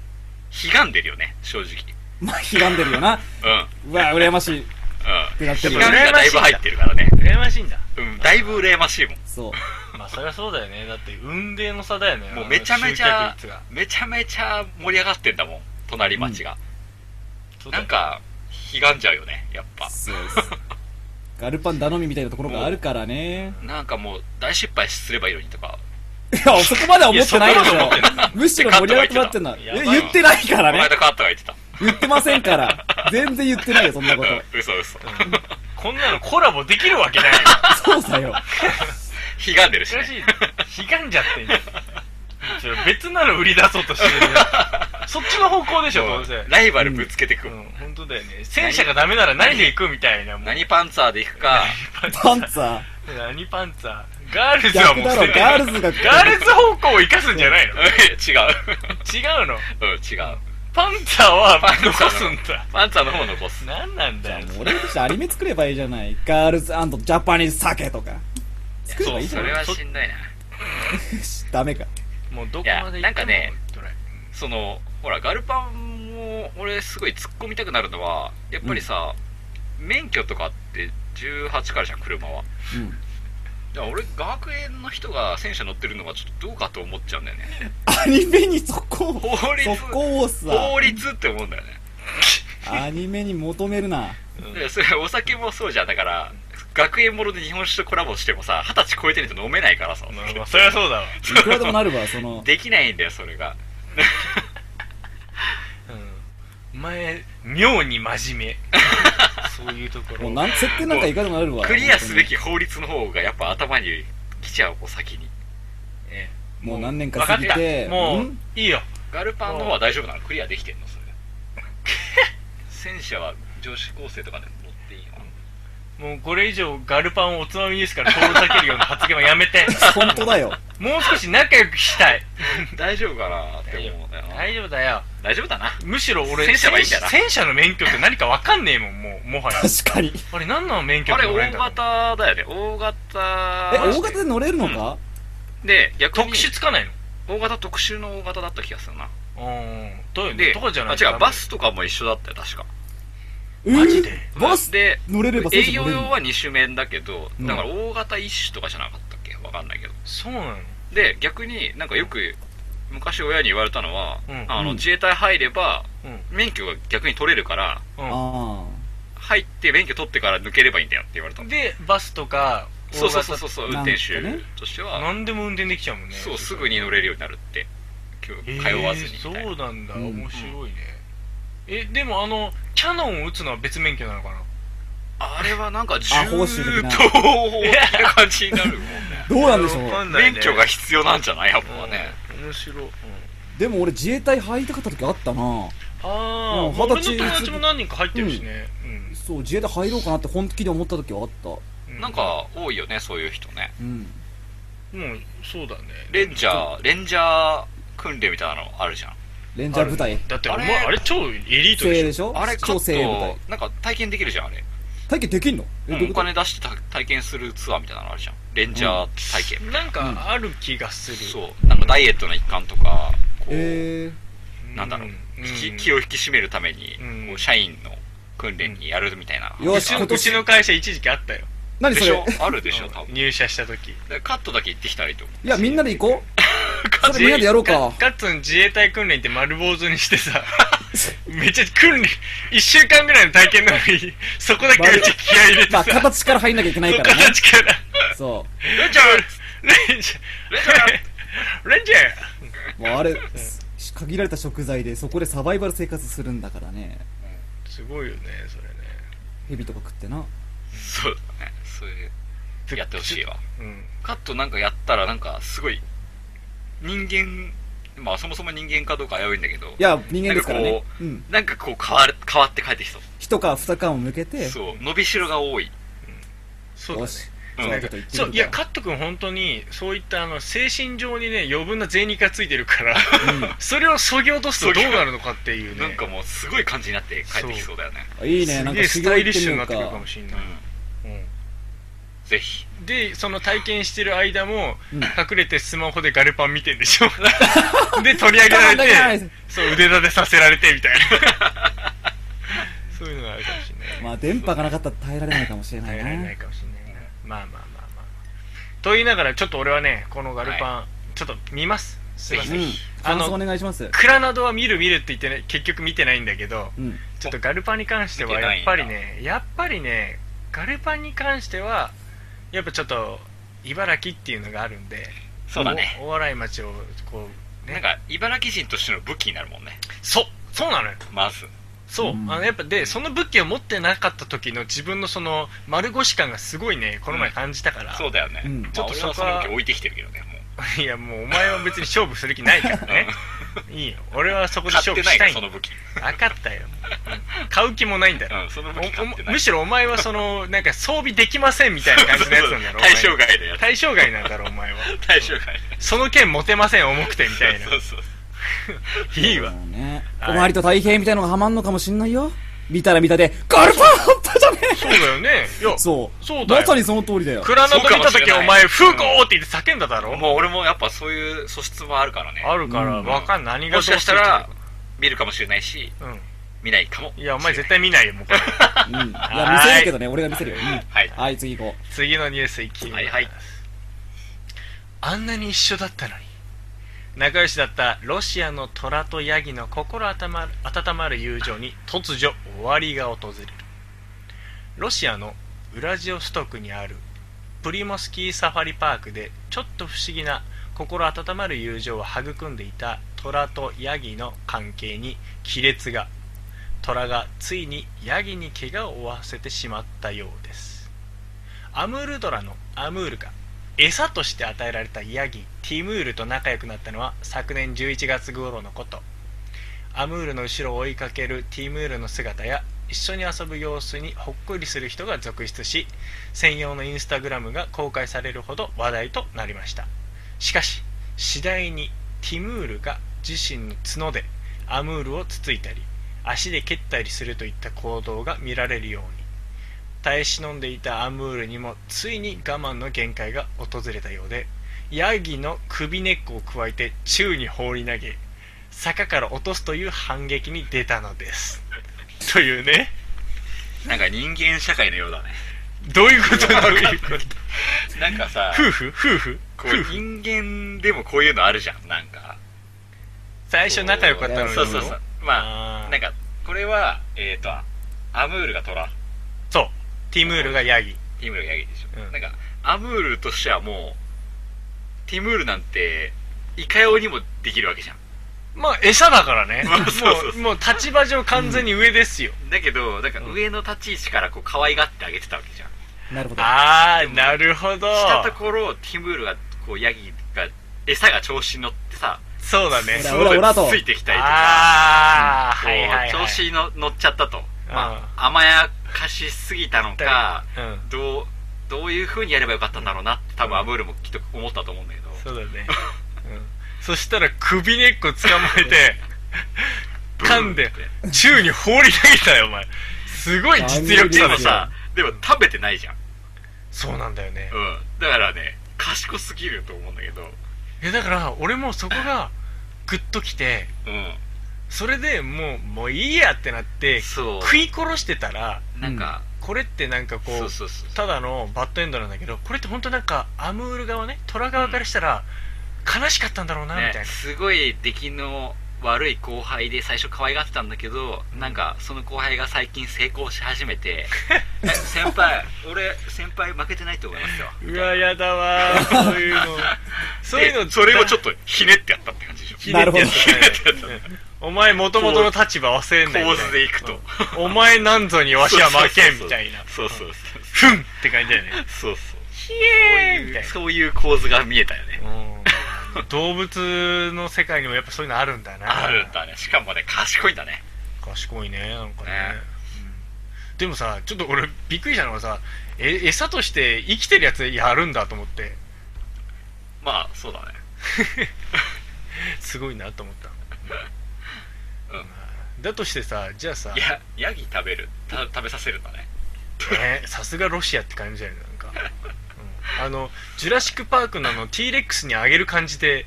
悲願でるよね、正直。
まあ悲願でるよな
うん。
うわ羨ましい
うん。
てなって
悲
も
願がだいぶ入ってるからね。
羨ましいんだ
うん、だいぶ羨ましいもん。
そう
まあそりゃそうだよねだって運命の差だよね
もうめちゃめち
あ
ゃ
の集客率が、
めちゃめちゃ盛り上がってんだもん、隣町が。
そうだ
な
よ
んか、悲願じゃうよね、やっぱ。
そうですガルパン頼みみたいなところがあるからね
なんかもう、大失敗すればいいのにとか、
いやそこまでは思ってないでし
いやそこまでは思って
ょむしろ盛り上がってもらってんのい
やば
や
いわ
言ってないか
こ
ら
の
ね
間カットが言ってた。
言ってませんから全然言ってないよそんなこ
うん、嘘嘘。
こんなのコラボできるわけないよ
とそうだ よ
悲願でるし
難し
ね。
い悲願じゃってんじゃんちょ別なの売り出そうとしてるね そっちの方向でしょ
も
ど
う
うせ
ライバルぶつけてく
う。ん本当だよね戦車がダメなら何で行くみたいなもう
何パンツァーで行くか、
パンツァー
何パンツァーガールズはもう捨てて
逆だろガールズが
ガールズ方向を生かすんじゃないの
違う。
違うの
うん、違う。
パンツァーは
パンツァー
残すんだ
パンツァーの方残す。
何なん
じゃ
だよ
あもう俺としてアニメ作ればいいじゃないガールズジャパニーズ酒とか作ればいいじ
そ
ゃな
れ
い
はしんどいな。
ダメか
もうどこまで行
いやなん
っ
か
ても
ね
ドライ
そのほらガルパンも俺すごい突っ込みたくなるのはやっぱりさ、免許とかって18からじゃん車は
うん
だから俺学園の人が戦車乗ってるのはちょっとどうかと思っちゃうんだよね
アニメにそこを
法律
そこをさ
法律って思うんだよね
アニメに求めるな
でそれお酒もそうじゃんだから学園もろで日本酒とコラボしてもさ二十歳超えてないと飲めないからさ
まあまあそりゃそうだわ
いくらでもなるわその
できないんだよそれが
うんお前妙に真面目そういうとこ
も
ろ
うなん設定なんかいかでもなるわ
クリアすべき法律の方がやっぱ頭に来ちゃうこう先に
ええ
もう何年か過ぎて
わかったもうんいいよ
ガルパンの方は大丈夫なのクリアできてんのそれ戦車は女子高生とかでも乗っていいの
もうこれ以上ガルパンをおつまみですから遠ざけるような発言はやめて
本当だよ
もう少し仲良くしたい
大丈夫かなって思うんだよな
大丈夫だよ
大丈夫だな
むしろ俺
戦車はいいんだな
戦車の免許って何かわかんねえもんもうもはや
確かに
あれ何の免許
あ
って
れ
もらえんだろ
大
う
型だよね大
え
型
大型で乗れるのか
で逆に
特殊つかないの
大型特殊の大型だった気がするな
うんどういう
で
のとかじゃない
あ違うバスとかも一緒だったよ確か
え
マジで
ーバス
で
乗れれば戦
営
車
業
乗れる
用
の
は2種免だけど
うん
だから大型一種とかじゃなかったっけわかんないけど
そうなの
で逆になんかよく昔親に言われたのは、
うん
あの
うん
自衛隊入れば
うん
免許が逆に取れるから
うん
あ
入って免許取ってから抜ければいいんだよって言われたの
でバスとか
そうそうそうそうそう
大
運
型
転手
なんかね
として
大型
は、
何でも運転できちゃうもんね
そうすぐに乗れるようになるって今日通わずに
えー
みたいな、
そうなんだ、
うん
面白いねえでもあのキャノンを撃つのは別免許なのかな
あれはなんか銃
あ報酬的な
刀的な感じになるもんね
ーどうなんでしょう
わかんないね
免許が必要なんじゃないやっぱね、
うん面白い、うん
でも俺自衛隊入りたかった時あったな
あ
う
あ
ん
俺の
二十歳
友達も何人か入ってるしねうん
そう自衛隊入ろうかなって本気で思った時はあった
う
なんか多いよねそういう人ね
うん
もうそうだね
レンジ
ー
ャーレンジャー訓練みたいなのあるじゃん
レンジャー部隊
だってお
あれ
前あれ超エリート
精鋭
で
で
し
しょ
あれカ
超
ッ
精鋭部隊
トなんか体験できるじゃんあれ
体験できんのえどういう
お
こと
金出してた体験するツアーみたいなのあるじゃんレンジャー体
ょ
験、
なんかある気がする、
そうなんかダイエットの一環とかこう、
え
なんだろう、
う
気気を引き締めるために、
うん
こう社員の訓練にやるみたいな、
うんよ
う
し
ちの
今年
うちの会社一時期あったよ
何
で
そ
しょ
れ
あるでしょ多分
入社した時
でカットだけ行ってきたらいいと思
いやみんなで行こうそれみんなでやろうか
ガッツン自衛隊訓練って丸坊主にして さめっちゃ訓練1週間ぐらいの体験なのにそこだけめっちゃ気合い入れて
まあ
さ
形から入んなきゃいけない
そ
か
こ
らね
形から
そ
レンジャ
レンジャーレンジャ
うもうあれし限られた食材でそこでサバイバル生活するんだからね
ーすごいよねそれね
蛇とか食ってな
そうだねそういうやってほしいわ
うん
カットなんかやったらなんかすごい人間まあそもそも人間かどうか危ういんだけど
いや人間ですから
なんか
ね
こ
うん
なんかこう変わる変わって帰ってきそう
一皮二皮を向けて
そう伸びしろが多い
そうだ
よ
ね
し
うん
そういうこと言ってみるか
そういやカット君本当にそういったあの精神上にね余分な銭がついてるからそれをそぎ落とすとどうなるのかっていうね
なんかもうすごい感じになって帰ってきそうだよね
いいねな
す
んか
げえ
修
ス
行
タイ
行
リッ
って
シュ
み
にな
よう
ってくるか
か
もしれ
う
ない、
ん
うん
ぜひ
でその体験してる間も、
うん
隠れてスマホでガルパン見てんでしょで取り上げら
だから
れてそう腕立てさせられてみたいな そういうのがあるかもしれない
まあ電波がなかったら耐えられないかもしれな
耐え
い
られない
な
かもしれないなまあまあまあまあと言いながらちょっと俺はねこのガルパン、ちょっと見ますすいません
うん
あ
感
の
想お願いします
クラナドは見る見るって言ってね結局見てないんだけど
うん
ちょっとガルパンに関しては
見て
や
な
っ
いんだ
ぱりねやっぱりねガルパンに関してはやっぱちょっと茨城っていうのがあるんで
そうだね
おお笑い町をこうね
なんか茨城人としての武器になるもんね
そうそうなのよ
まず
そう、
うん
あのやっぱでその武器を持ってなかった時の自分のその丸腰感がすごいねこの前感じたから、
そうだよね、
うん
ちょっとそ
そこ
こ
は
は置いてきてるけどねもう
いやもうお前は別に勝負する気ないからねいいよ俺はそこで
買
勝
って
負
な
し
い
た
の
いん
そ
だ
の武器
分かったよ、うん買う気もないんだよ、
うんその武器
お
買って
お
ない
むしろお前はそのなんか装備できませんみたいな感じのやつなんだろお前
対象外だよ
対象外なんだろお前は
対象外だよ
その剣持てません重くてみたい
そうそうそう
ないいわ
もうね
はい
おまわりと太平みたいのがハマんのかもしんないよ見たら見たでガルパン半端じゃね
そうだよねいや
えそう
そうだよ
まさにその通りだよ
クラナド見た
そうかもし
時
れない
お前「フーコー!」って言って叫んだだろ、
もう俺もやっぱそういう素質もあるからね
あるから
うん
わかんない何が
もしかしたら
ど
見るかもしれないし
うして
見ないかも
うんいやお前絶対見ないよもうこれ
うんいや見せるけどね俺が見せるようん
はい
はい次行こ
次のニュースいきます、
はいはい
あんなに一緒だったのに仲良しだったロシアの虎とヤギの心温まる温まる友情に突如終わりが訪れるロシアのウラジオストクにあるプリモスキーサファリパークでちょっと不思議な心温まる友情を育んでいた虎とヤギの関係に亀裂が虎がついにヤギに怪我を負わせてしまったようですアムールドラのアムールが餌として与えられたヤギティムールと仲良くなったのは昨年11月頃のことアムールの後ろを追いかけるティムールの姿や一緒に遊ぶ様子にほっこりする人が続出し専用のインスタグラムが公開されるほど話題となりましたしかし次第にティムールが自身の角でアムールをつついたり足で蹴ったりするといった行動が見られるように耐え忍んでいたアムールにもついに我慢の限界が訪れたようでヤギの首根っこを加えて宙に放り投げ坂から落とすという反撃に出たのですというね
なんか人間社会のようだね
どういうこと どういうこと
なんかさ
夫婦夫婦
こう人間でもこういうのあるじゃんなんか
最初仲良かったのに
そうそうそうま
あ
あ
ー
なんかこれはえっ、とアムールが虎
そうティムールがヤギ
ティムールがヤギでしょ、
うん
なんかアムールとしてはもうティムールなんていかようにもできるわけじゃん
まあ餌だからね
そうそうそう
もうもう立場上完全に上ですよ、
だけどなんか上の立ち位置からこう可愛がってあげてたわけじゃん
なるほど
ああなるほど
したところティムールがこうヤギが餌が調子に乗ってさ
そうだね
ほら
す
ほら
ごい
ほらと
ついてきたりとか
ああ
こう
はいはい、はい、
調子に乗乗っちゃったと、まあ、甘やかしすぎたのか
うん
どうどういうふうにやればよかったんだろうなって多分アムールもきっと思ったと思うんだけど
そうだ ね、うん、そしたら首根っこ捕まえて噛んで宙に放り投げたよお前すごい実力
で
者
も
ださ
さでも食べてないじゃん、
そうなんだよね
うん、だからね賢すぎると思うんだけど
えだから俺もそこがグッときて
うん
それでもうもういいやってなって
そう
食い殺してたら
なんか、
これってなんかこ
そううそうそう
ただのバッドエンドなんだけどこれって本当なんかアムール側ね虎側からしたら、悲しかったんだろうなみ
ね
たいな、
すごい出来の悪い後輩で最初可愛がってたんだけど、なんかその後輩が最近成功し始めて え先輩俺先輩負けてないと思いますよ
うわやだわーそういうの そういうの
でそれをちょ
っ
っとひねってやったって感じでしょ
ひねってやっ
ねってやった
たねお前もともとの立場忘れんなよ
構図でいくと
お前なんぞにわしは負けんみたいな
そうそうそう
ふんって感じだよね
そうそうそう
ひ
そう
えーみ
い
たいうな
そういう構図が見えたよね
うん動物の世界にもやっぱそういうのあるんだな
あるんだねしかもね賢いんだね
賢いねなんかね
ね
うんでもさちょっと俺びっくりしたのがさえ餌として生きてるやつやるんだと思って
まあそうだね
すごいなと思った、
うん
だとしてさじゃあさ
いやヤギ食べるた食べさせるんだね
ねさすがロシアって感じだよねなんか、うんあの「ジュラシック・パーク」のあの T レックスにあげる感じ で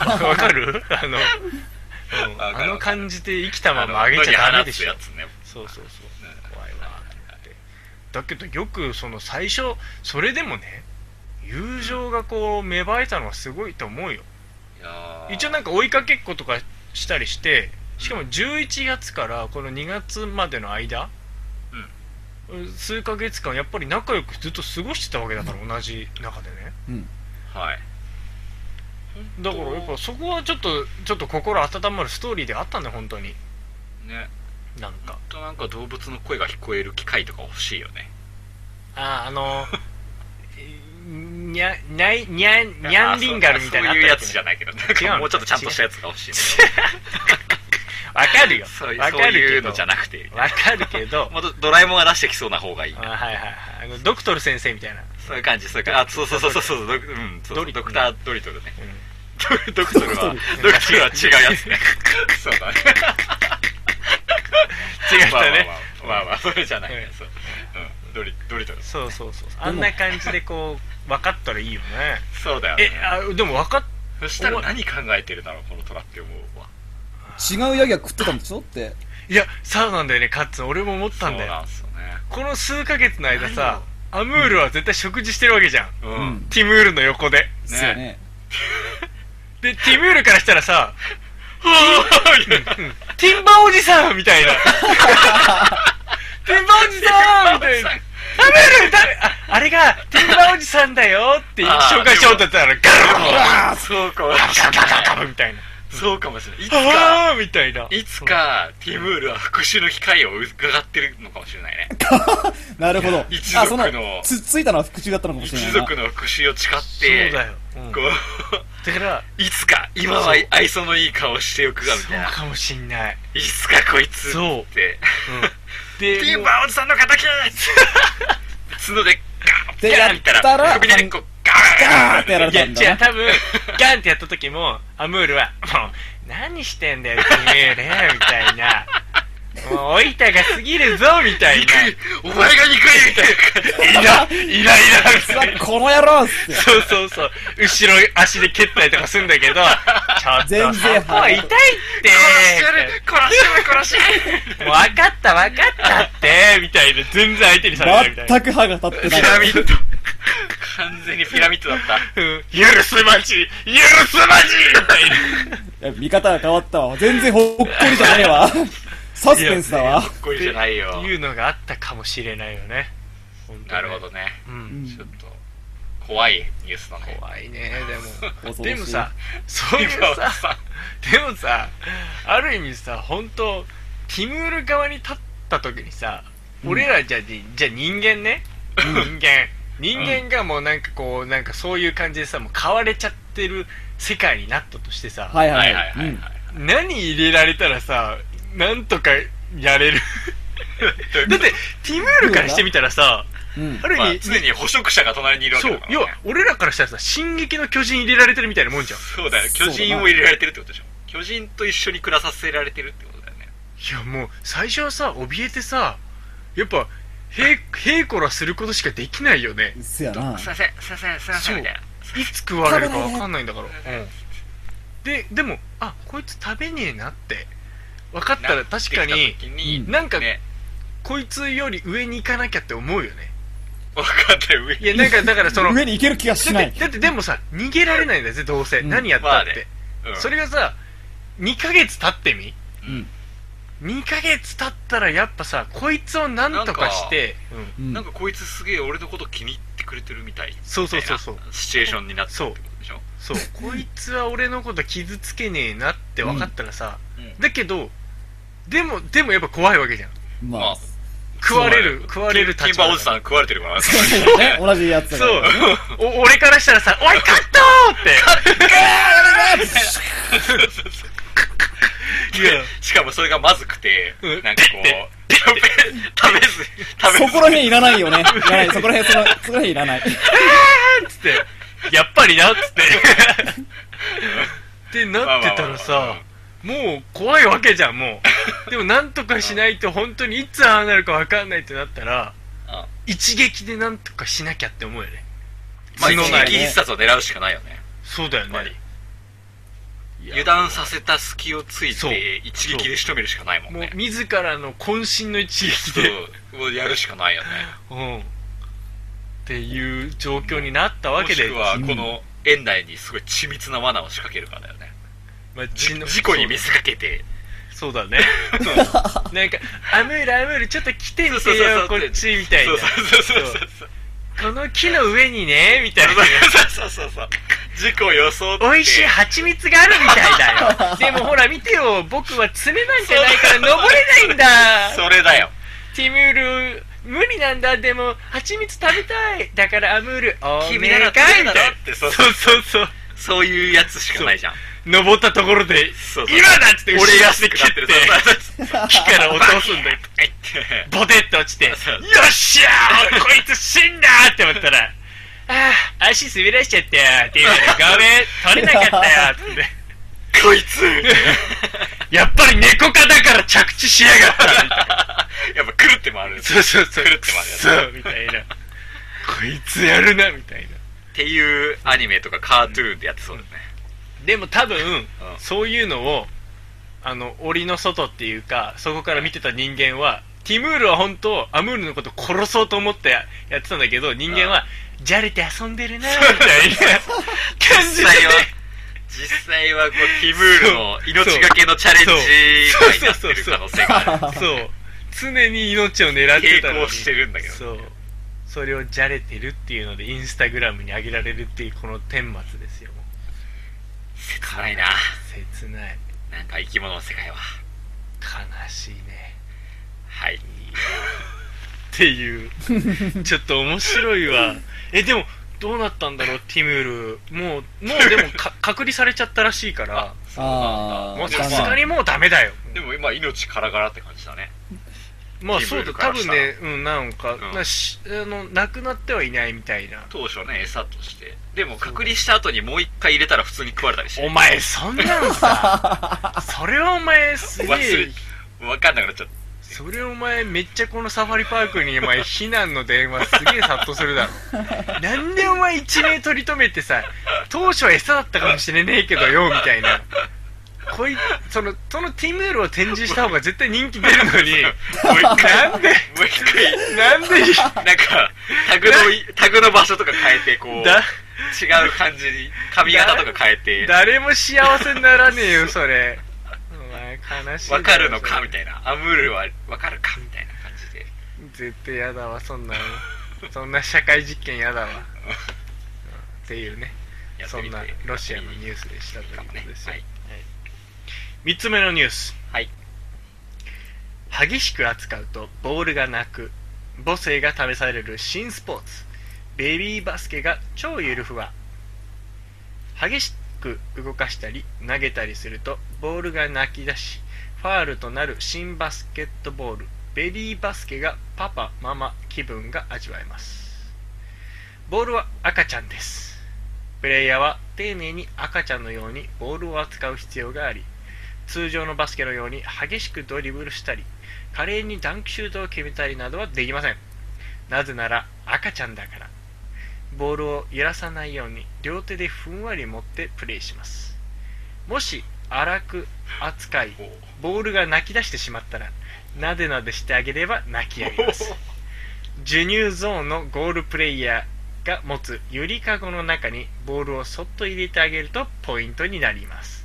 わかるあの、うん
わかる
あの感じで生きたまま
あ
あげちゃダメでし
野
ょ
に放つやつね
そうそうそう怖いわってだけどよくその最初それでもね友情がこう芽生えたのはすごいと思うよ
いやー
一応なんか追いかけっことかしたりしてしかも11月からこの2月までの間、うん数ヶ月間やっぱり仲良くずっと過ごしてたわけだから同じ中でね
うん
はい
だからやっぱそこはちょっとちょっと心温まるストーリーであったんだよ本当に
ね
なんか
ほんとなんか動物の声が聞こえる機会とか欲しいよね
あああのにゃないにゃんにゃんリンガルみたいな
あ
のあ
そうそういうや
った
つ
っ
じ
け
ゃないけどなんかもうちょっとちゃんとしたやつが欲しいね
わかるよ
そういう
わ
そう
かる
い
け
う
ど
のじゃなくて
わかるけど
もっとドラえもんが出してきそうな方がいい
あはいはいはいあのドクトル先生みたいな
そういう感じそういう感じあそうそうそうそうそうドク,、うん、そう
ド
ド
リ
クタードリトルね、ドクトルはドク
ドリ
トルは違うやつねそうだね
違ったね
まあまあまあまあまあそれじゃない
う
ね
ん
そう、うん、ドリドリトル
そうそうそうあんな感じでこ う分かったらいいよね
そうだよ
え
ね
あでも分かっ
そしたら何考えてるだろうこの虎って思うわ
違うヤギは食ってたんでしょって
いやそうなんだよねカッツン俺も思ったんだ
そうな
よ
んすよね
この数ヶ月の間さアムールは絶対食事してるわけじゃん、
う、
うん
ティムールの横で
そうね
でティムールからしたら さティンバおじさんみ たいな。ティンバおじさんみたいな。食べる食べああれが、ティンバおじさんだよって
あー
紹介しようとしたら、ガ
うわそうか
ラガラガラガラみたいな。
そうかもしれないいつか
ああみたいない
つかティムールは復讐の機会を伺ってるのかもしれないね
なるほど。
一族の
あそつ、ついたのは復讐だったのかもしれない
一
な。
族の復讐を誓っ
そう
て
だよ、うん、
こ
だ
う
から
いつか今は
そう
愛想のいい顔しておくがみ
そ
たいうな
かもしんない、
いつかこいつ
そう
って
うん、
ティ
で
ン
も
バーおじさんの敵角でガーッて
で
やった
やったら
ら首にこうガー
ガー
ッ
ってやられ
いや
た
違
ん
う
だな。
多分ガンってやった時もアムールは「もう何してんだよ君ね」みたいな「もうおいたが過ぎるぞ」みたいな
お前が憎いみたい
イライライラみたいな
うわこの野郎っすよ
そうそうそう後ろ足で蹴ったりとかするんだけどちょっ
全
と
然
サポは痛いって
な殺してる殺してる殺してる
もう分かった分かったってみたいな全然相手にされないみたいな
全く歯が立って
ピ
ない。
ラミッド完全にピラミッドだった
うん 許すまじ許すまじみたいない
や見方が変わったわ。全然ほっこりじゃね えわ。サスペンスだわ。
これじゃないよ
いうのがあったかもしれないよね本当ね
なるほどね
うん
ちょっと怖いニュースだね
怖いねでも
恐ろし
で
い
もさ、そういう
ティンバーお
さ
じさん
でもさある意味さ本当ティムール側に立った時にさ、俺らじゃじじゃあ人間ね、人間人間がもうなんかこうなんかそういう感じでさもう買われちゃってる世界になったとしてさ、
はい
は
はいい
はい
は
はい
い。う
はい
ん
何入れられたらさなんとかやれる だってティムールからしてみたらさ
うん
ある意味、
まあ常に捕食者が隣にいるわけ
そ
だ
う
からね
要は俺らからしたらさ「進撃の巨人」入れられてるみたいなもんじゃん
そうだよね
そう
巨
だな
人を入れられてるってことでしょ巨人と一緒に暮らさせられてるってことだよね
いやもう最初はさ怯えてさやっぱ平平こらすることしかできないよね
うっせやな。
すいませんすいませんすいませんみたいない
つ食われるか分かんないんだから、うん、ででもあこいつ食べねえなって分かったら確か
なって
に
きた時に
なんか
ね
こいつより上に行かなきゃって思うよね
分かったよ上
い
に
やなんかだからそのだ
上に行ける気がしな
っ
い
て。だってでもさ逃げられないんだぜどうせ、
うん
何やったって、
まあねうん
それがさ2ヶ月経ってみ
うん
2ヶ月経ったらやっぱさこいつをなんとかしてうん
うん
なんかこいつすげえ俺のこと気に入ってくれてるみたい
そうそうそうそう
みたいなシチュエーションになってるってことでしょ
そうこいつは俺のこと傷つけねえなって分かったらさ、
うん
だけどでもでもやっぱ怖いわけじゃん
ま
まあ
あ。
食われる食われる
ティ
立
ンバ
場だ
ーおじさん食われてる から
そうそうね同じやつだ
そう
から。
お俺からしたらさ「おいカット!」っていや
しかもそれがまずくて
うん
なんか こう 食べず食べ
そ
ず
こら辺いらない よね。いらない。そこら辺、その、そこら辺いらない。
っつって「やっぱりな」っつって ってなってたら
まあまあまあ
さもう怖いわけじゃんもうでもなんとかしないと本当にいつああなるか分かんないってなったら
うん
一撃でなんとかしなきゃって思うよね
まあ一
角ない
撃必殺を狙うしかないよね
そうだよ
やっぱ
ね
り油断させた隙をつい
そう
て一撃で仕留めるしかないもん
もう
ね
自らの渾身の一撃
そ
で
うもうやるしかないよね
うんっていう状況にな ったわ
も
け
し
で
くはこの園内にすごい緻密な罠を仕掛けるからだよね
まあ
じ
血の
事故に見せかけて
そうだ ねなんか「アムールアムールちょっと来てみて
そうそうそうそ
よ
う
こっち」みたいな
そうそうそうそうそう
この木の上にねみたいな
そうそうそうそう事故予想って
美味しい蜂蜜があるみたいだよ でもほら見てよ僕は爪なんじゃないから登れないんだ
それだよ
ティムール無理なんだでも蜂蜜食べたいだからアムールお
君な
願い
ら
みた
食
い
べるだ
な
ろってそう
そうそうそう
そういうやつしかないじゃん
登ったところで
そうそう
今だっつって後
俺
ろ
が
足で切 って
そうそう
木から落とすんだよ
はいって
ボテッと落ちて「よ
そう
っしゃーこいつ死んだ!」って思ったら「ああ足滑らしちゃったよ」って言うから「ごめん取れなかったよ」って
こいつ
やっぱり猫科だから着地しやがったみたいな
やっぱ狂って回る
そうそうそう
狂って
そ
回るやつ
うみたいなこいつやるなみたいな
っていうアニメとかカートゥーンでやってそうだよね
でも多分そういうのをあの檻の外っていうかそこから見てた人間はティムールは本当アムールのこと殺そうと思ってやってたんだけど人間はじゃれて遊んでるなみたいな感じで
実際は実際はこうティムールの命がけのチャレンジになってる可能性が ある
そう常に命を狙ってたのに
抵抗してるんだけどね
そうそれをじゃれてるっていうのでインスタグラムに上げられるっていうこの顛末ですよ
切ないな
切ない
なんか生き物の世界は
悲しいね
はい
っていう ちょっと面白いわえでもどうなったんだろうティムールもうもうでも か隔離されちゃったらしいから
あ
もう
あ
ちょっ
さ
と
すがにもうダメだよ
でも今命からがらって感じだね
まあそうだ多分ねうんなんか、
ん
なしあの亡くなってはいないみたいな
当初ね餌としてでも隔離した後にもう一回入れたら普通に食われたりして
お前そんなんさ それはお前すげ
忘
え
れ分かんなくなっちゃっ
それお前めっちゃこのサファリパークにお前避難の電話すげえ殺到するだ ろなんでお前一命取り留めてさ当初は餌だったかもしれねえけどよみたいなこいそのそのティムールを展示した方が絶対人気出るのに
たもう一回
なんで
もう一回
なんで
なんかタグのタグの場所とか変えてこう違う
だ
感じに髪型とか変えて
誰も幸せにならねえよそれお前悲しいだろ
分かるのか
それ
みたいなアムールは分かるかみたいな感じで
絶対やだわそんなのそんな社会実験や だわっていうね
やって
そ
み
ん
て
なロシアのニュースでしたという
か
こ
も
と
ね
ですよ、
はい
3つ目のニュース
はい
激しく扱うとボールがなく母性が試される新スポーツベビーバスケが超ゆるふわ激しく動かしたり投げたりするとボールが泣き出しファールとなる新バスケットボールベビーバスケがパパママ気分が味わえますボールは赤ちゃんですプレイヤーは丁寧に赤ちゃんのようにボールを扱う必要があり通常のバスケのように激しくドリブルしたり華麗にダンクシュートを決めたりなどはできませんなぜなら赤ちゃんだからボールを揺らさないように両手でふんわり持ってプレイしますもし荒く扱い
こ
ボールが泣き出してしまったらなでなでしてあげれば泣きやみます 授乳ゾーンのゴールプレイヤーが持つゆりかごの中にボールをそっと入れてあげるとポイントになります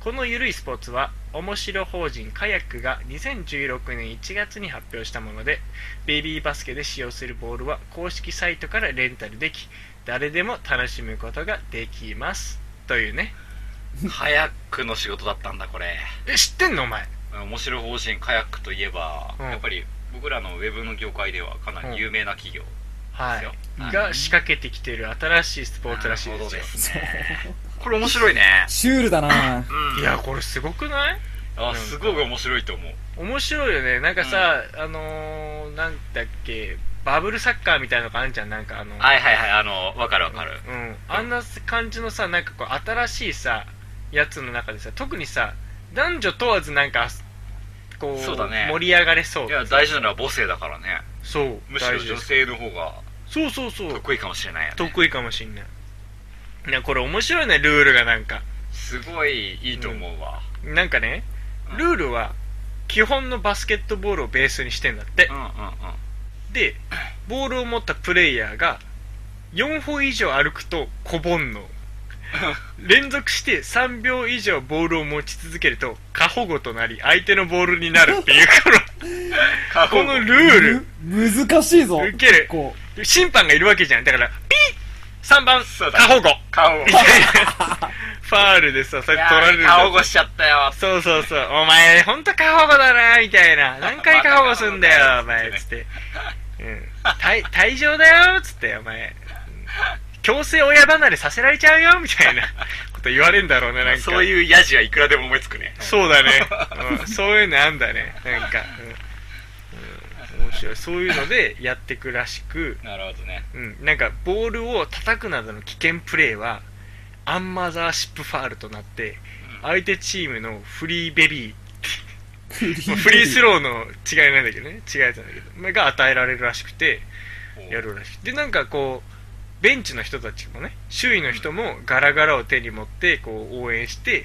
このゆるいスポーツは面白法人カヤックが2016年1月に発表したものでベビーバスケで使用するボールは公式サイトからレンタルでき誰でも楽しむことができますというね
うカヤックの仕事だったんだこれ
え知ってんのお前
面白法人カヤックといえば、
うん
やっぱり僕らのウェブの業界ではかなり有名な企業ですよ、
はい、が仕掛けてきている新しいスポーツらしい
なる
で
ほ
す
ど
よ
ですねこれ面白いね
シュールだな
うん
いやこれすごくない
あすごく面白いと思う
面白いよねなんかさ、あのー、なんだっけバブルサッカーみたいなのがあんじゃんなんかあの
はいはいはいあのわかるわかる
うんあんな感じのさなんかこう新しいさやつの中でさ特にさ男女問わずなんかこう
そうだね
盛り上がれそう
いや大事なのは母性だからね
そう
むしろ
大事で
女
す
性の方が
そうそうそう
得意かもしれないよね
得意かもしんないいやこれ面白いねルールがなんか
すごいいいと思うわ、
なんかねルールは基本のバスケットボールをベースにしてんだって
うん、うんうん
でボールを持ったプレイヤーが4歩以上歩くとこぼん の連続して3秒以上ボールを持ち続けると過保護となり相手のボールになるっていう
過
このこのル
あ
ール
む難しいぞ
ウケる
こ
審判がいるわけじゃんだからピッ3番
そうだ
過 保護
顔を
みたいなファールでさそれ取られるんだ
顔越しちゃったよ
そうそうそう、お前、ほんと過保護だな、みたい な。何回過保護すんだよ、お
また
前、つって。うん。退、退場だよ、つって、お前。うん強制親離れさせられちゃうよ、みたいな こと言われんだろうね、なんか。
そういうヤジはいくらでも思いつくね
そうだ ね、うん、そういうのあんだね、なんか。うんうん面白いそういうのでやってくらしく、
なるほどね
うん、なんかボールを叩くなどの危険プレーはアンマザーシップファールとなって相手チームのフリーベビー
うフリー
まあフリースローの違いなんだけどね違いやつなんだけどまあが与えられるらしくてやるらしくてでなんかこうベンチの人たちもね周囲の人もガラガラを手に持ってこう応援して、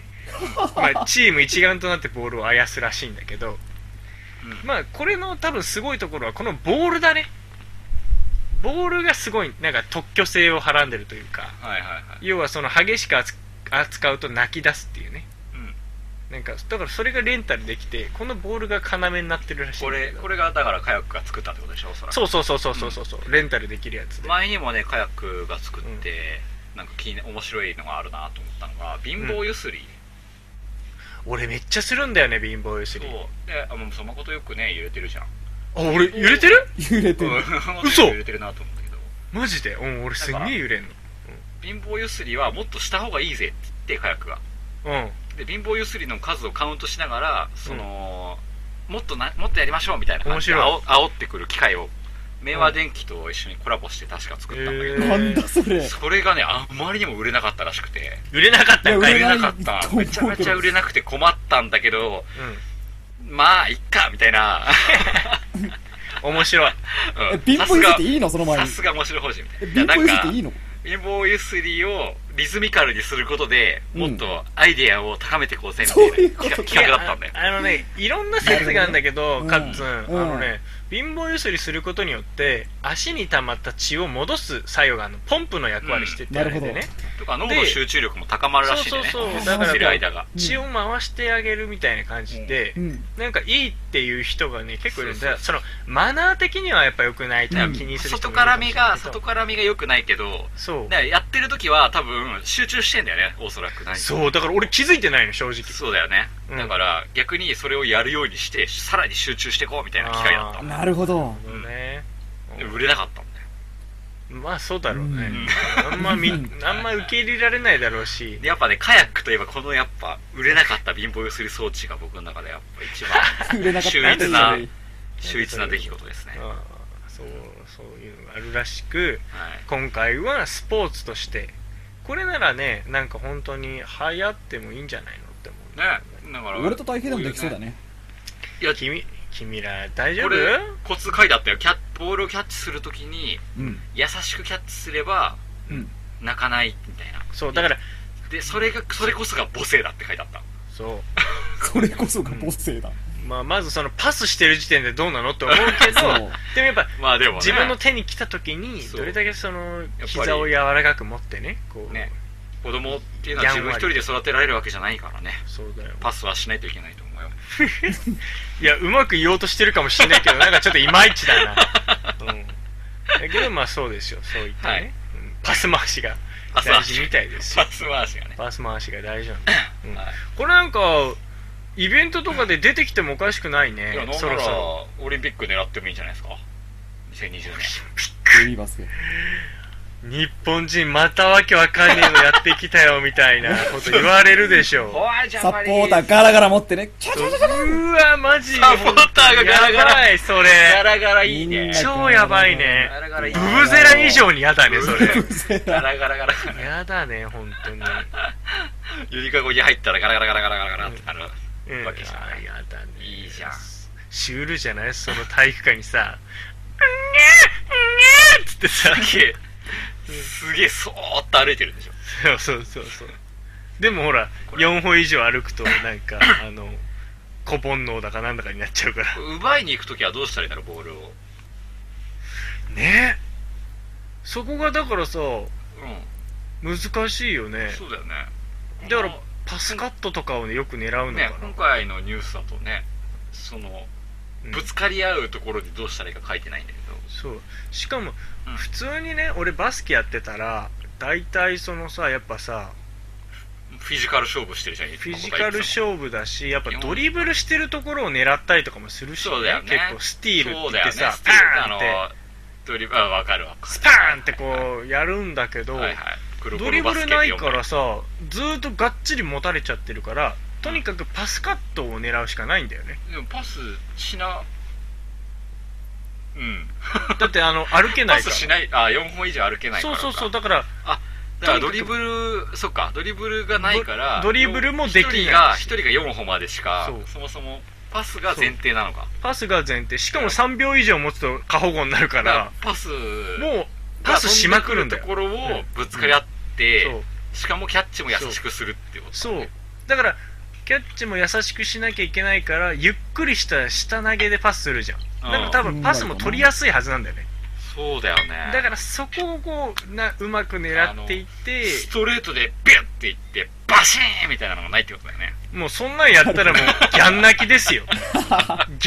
まあ、チーム一丸となってボールをあやすらしいんだけど、まあこれの多分すごいところはこのボールだねボールがすごいなんか特許性をはらんでるというか
はいはいはい
要はその激しく扱扱うと泣き出すっていうね
うん
なんかだからそれがレンタルできてこのボールが要になってるらしい
これこれがだからカヤックが作ったってことでしょおそらく
そうそうそうそうそうそう、うレンタルできるやつで、
前にもねカヤックが作って、なんか気に面白いのがあるなと思ったのが貧乏ゆすり、
俺めっちゃするんだよね貧乏ゆすり
そうであもうそまことよくね揺れてる じゃん
あ俺揺れてる
揺れてる。
嘘
うん揺れてるなと思うんだけど
マジでうん俺すんげえ揺れんの
貧乏ゆすりはもっとした方がいいぜって言ってカヤックが
うん
で貧乏ゆすりの数をカウントしながらその、もっとなもっとやりましょうみたいな感じで
面
煽煽ってくる機会を明和電機と一緒にコラボして確か作ったんだけど、
へー
なんだそれ。
それがねあまりにも売れなかったらしくて
揺れなかったんか
い
い
売
や
れ
売
なか
れな
っ
い
た
と思
め
うけ
ち
ど
ゃめちゃ売れなくて困ったんだけどまあいっかみたいな
うん面白い
うん
え貧乏ゆすっていいのその前
さ
に。
すが面白い方針みた
え
いな
貧乏ゆすって
い
い
や
いの
なんか貧乏ゆすりをリズミカルにすることでもっとアイデアを高めていこうぜみたいな
そういうこと
企画企画だったんだよ
いやああのねいろんな説があるんだけど、
うん
カッツン、
うん
あのね貧乏ゆすりすることによって足に溜まった血を戻す作用があのポンプの役割してて、
うん
あれでね
とか脳の集中力も高まるらしいんでね
そうそうそう
だ
だ
か
からら
る間が
うん
血を回してあげるみたいな感じで、
うん。
なんかいいっていう人がね結構いるんだ
そう
そのマナー的にはやっぱ良くないとか気にする人
外
もいる
か
も
ら
しれないけ
目が
ど
外から目が良くないけど
そう
だからやってる時は多分集中してんだよねおそらく何か
そうだから俺気づいてないの正直
そうだよね、
うん
だから逆にそれをやるようにしてさらに集中していこうみたいな機会だったの
なるほど。
そうね、
で売れなかったんだよ
まあそうだろうね、
ん
あんま みあんま受け入れられないだろうし
でやっぱねカヤックといえばこのやっぱ売れなかった貧乏ゆすり装置が僕の中でやっぱ一番
売れなかった。
秀逸な
うん
秀逸な出来事ですね、はい、
ああそうそういうのがあるらしく今回はスポーツとしてこれならねなんか本当に流行ってもいいんじゃないのって思う
ねだから
割と大変でもできそうだ
ね
ね。
いや
君君ら大丈
こ
夫
れコツ書いてあったよキャッボールをキャッチするときに
うん。
優しくキャッチすれば
うん。
泣かないみたいな
そうだから
でそれがそれこそが母性だって書いてあった
そう
それこそが母性だ。
まあまずそのパスしてる時点でどうなのって思うけど
そう。
でもやっぱ
まあでもね
自分の手に来た時に
そう
どれだけその
ぱり
膝を柔らかく持ってねこう
ね子供っていうのは
や
自
ん
分
わ
一
り
人で育てられるわけじゃないからね
そうだよ
パスはしないといけないと 思うよ
いやうまく言おうとしてるかもしれないけどなんかちょっといまいちだ なうんだけどまあそうですよそういったね、
はい
うんパス回しが
パス
大
回
事
し
みたいですよ
パス回しがね
パス回しが大事なんうん
はい
これなんかイベントとかで出てきてもおかしくないね
いや、なん
そ
な
ろ
ら
そろ
オリンピック狙ってもいいんじゃないですか2020年
ベビーバスケ。
日本人またわけわかんねえのやってきたよみたいな こと言われるでしょう
怖いじ
サポーターガラガラ持ってね。キャキャキャキャ
うわマジ
サポーターがガラガラ
やばいそれ
ガラガラいいね
みんな
超やばいね
ガラガラいい
ブブゼラ以上にやだねそれ
ガラガラガラガラ
やだね本当 に
ゆりかごに入ったらガラガラガラガラガラガラってなる
うん
わけじゃない
あやだね
いいじゃん
シュールじゃないその体育館にさ「うんにゃんにゃん」っつってさ
すげえすげえそーっと歩いてるでしょ
そうそうそうそうでもほら4歩以上歩くとなんかあの小煩悩だかなんだかになっちゃうから
奪いに行くときはどうしたらいいんだろうボールをうん
ねそこがだからさ難しいよね
そうだよね
だからパスカットとかをねよく狙うの
ね
かな、
今回のニュースだとねその
うん
ぶつかり合うところでどうしたらいいか書いてないんだけど
そうしかも
うん
普通にね俺バスケやってたら大体そのさやっぱさ
フィジカル勝負してるじゃん
フィジカル
負
勝負だしやっぱドリブルしてるところを狙ったりとかもするし、
そうだよね
結構スティール
そう
っ
だ
て言っ
よね
てさ
スティー
パ
ル
ーン
あ
っ
の
て
ドリブルあ分かるわ
スパーンってこうやるんだけど、
はいはい黒
ド
子
リ
の
ブ
バスケ
ル
って
な
読
い
む
からさずーっとがっちり持たれちゃってるからとにかくパスカットを狙うしかないんだよね
でもパスしなうん
だってあの歩けな
パ
いか
ス
ら
しないあ4本以上歩けないか
そ
ら
う
か
そうそうだから
だからドリブルそっかドリブルがないから
ドドリブルもできない
1人が一人が4歩までしか
そう
そもそもパスが前提なのか
パスが前提しかも3秒以上持つと過保護になるか
だから
ら
パス
もうパスしまくるんだよ
が飛んでくるところをぶつかり合っ
そ
て
う
しかもキャッチも優しくするっていうこと
そうだからキャッチも優しくしなきゃいけないからゆっくりした下投げでパスするじゃんだから多分パスも取りやすいはずなんだよね
そうだよね
だからそこをこうなうまく狙っていって
ストレートでビュッていってバシーンみたいなのがないってことだよね
もうそんなんやったら もうギャン泣きですよギ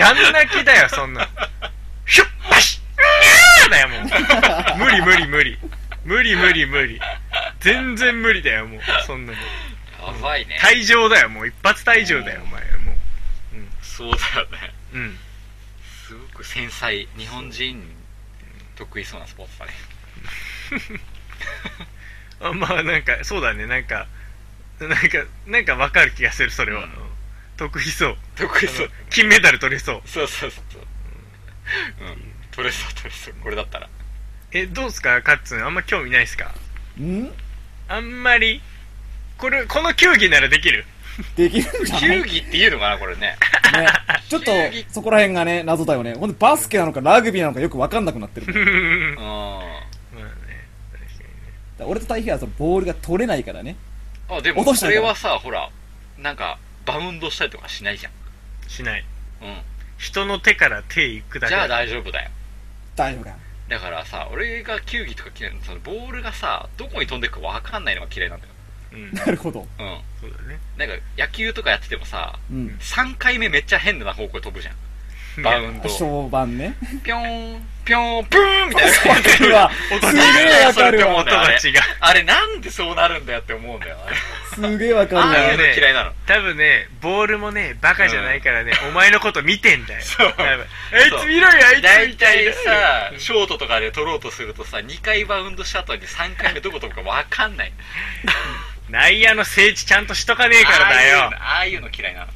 ャン泣きだよそんなんヒュッパシッうわーだよもう無理無理無理無理無理無理全然無理だよもうそんなの
やばいね
退場だよもう一発退場だよお前も
そうだよね
ううん
すごく繊細日本人得意そうなスポーツだね
あまあなんかそうだねなんかなんかなんかわかる気がするそれは、
うん
得意そう
得意そう
金メダル取れそう
そうそうそうそううん取れそう取れそうこれだったら
えどうですかカッツンあんま興味ないですか
ん
あんまりこれこの球技ならできる
できるんじゃない
球技っていうのかなこれね
ね、ちょっとそこら辺がね、謎だよね。ほんでバスケなのかラグビーなのかよくわかんなくなってる。だか
うんあ
まあね確かにね
ら俺と対比はそのボールが取れないからね。
でも
落とし
こ
たいか
れ
ら
はさほらなんかバウンドしたりとかしないじゃん
しない
うん
人の手から手行くだ
じ
け
ゃあ
だ
大丈夫だよ
大丈夫か。
だからさ俺が球技とか嫌いなのそのボールがさどこに飛んでくかわかんないのが嫌いなんだよ
うん
なるほど。
うん
そうだ ね
なんか野球とかやっててもさ
うん。
3回目めっちゃ変な方向に飛ぶじゃんバウンド
小判ね。
ピョーンピョーンブーンみたいな
わかるわ。すげえわかるわ。
音が違う
あれなんでそうなるんだよって思うんだよあれ
すげえわかる
あ
わ。
あいうの嫌いなの
多分ねボールもねバカじゃないからね、お前のこと見てんだよ
そう
多分あい
そう
つ見ろよあいつ
大
みたい
体
な
さショートとかで取ろうとするとさ2回バウンドした後に3回目どこ飛ぶかわかんない
内野の聖地ちゃんとしとかねえからだよ
ああいうのああいうの嫌いなの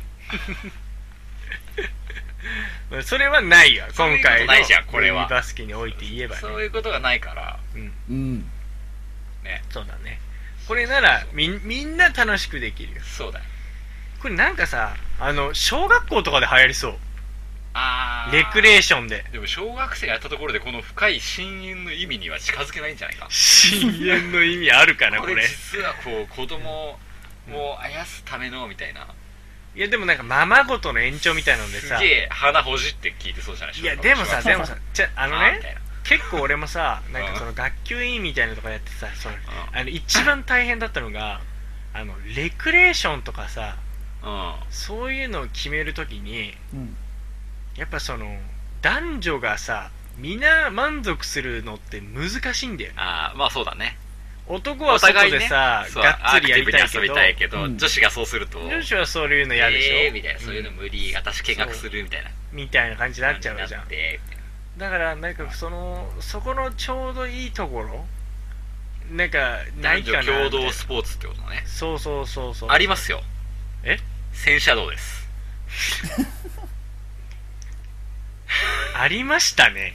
それはないよ
そういう
今
こと
回の
ないじゃんこれは
ミニバスケにおいて言えばね
そういうことがないから
うん。
そうだねこれならみんみんな楽しくできるよ
そうだよ
これなんかさあの小学校とかで流行りそう
あー
レクレーション で
でも小学生がやったところでこの深い深淵の意味には近づけないんじゃないか
深淵の意味あるかな
こ
こ
れ
れ
実はこう子供をあやすためのみたいない
やでもなんかままごとの延長みたいなのですさ
げえ鼻ほじって聞いてそうじゃない
いやでもさでもさじゃあ
あ
の
ーみたい
ね
な
結構俺もさなんかその学級委員みたいなのとかやってさそのあの一番大変だったのがあのレクレーションとかさ
うん
そういうのを決めるときに
うん。
やっぱその男女がさ皆満足するのって難しいんだよね
あーまあそうだね
男は
お
外
互い
で
ね
さ、
そう
がっつりやりた
ア
い
クティ
け
ブ
ど
に遊びたいけど
うん
女子がそうすると
女子はそういうの嫌でしょ、
えーみたいなそういうの
うん
無理私見学するみたいな
みたいな感じになっちゃうじゃん
なって
だからなんかそのそこのちょうどいいところなんかない
男
かなみた
女
いな
共同スポーツってことね
そうそうそうそう
ありますよ
え
戦車道です
ありましたね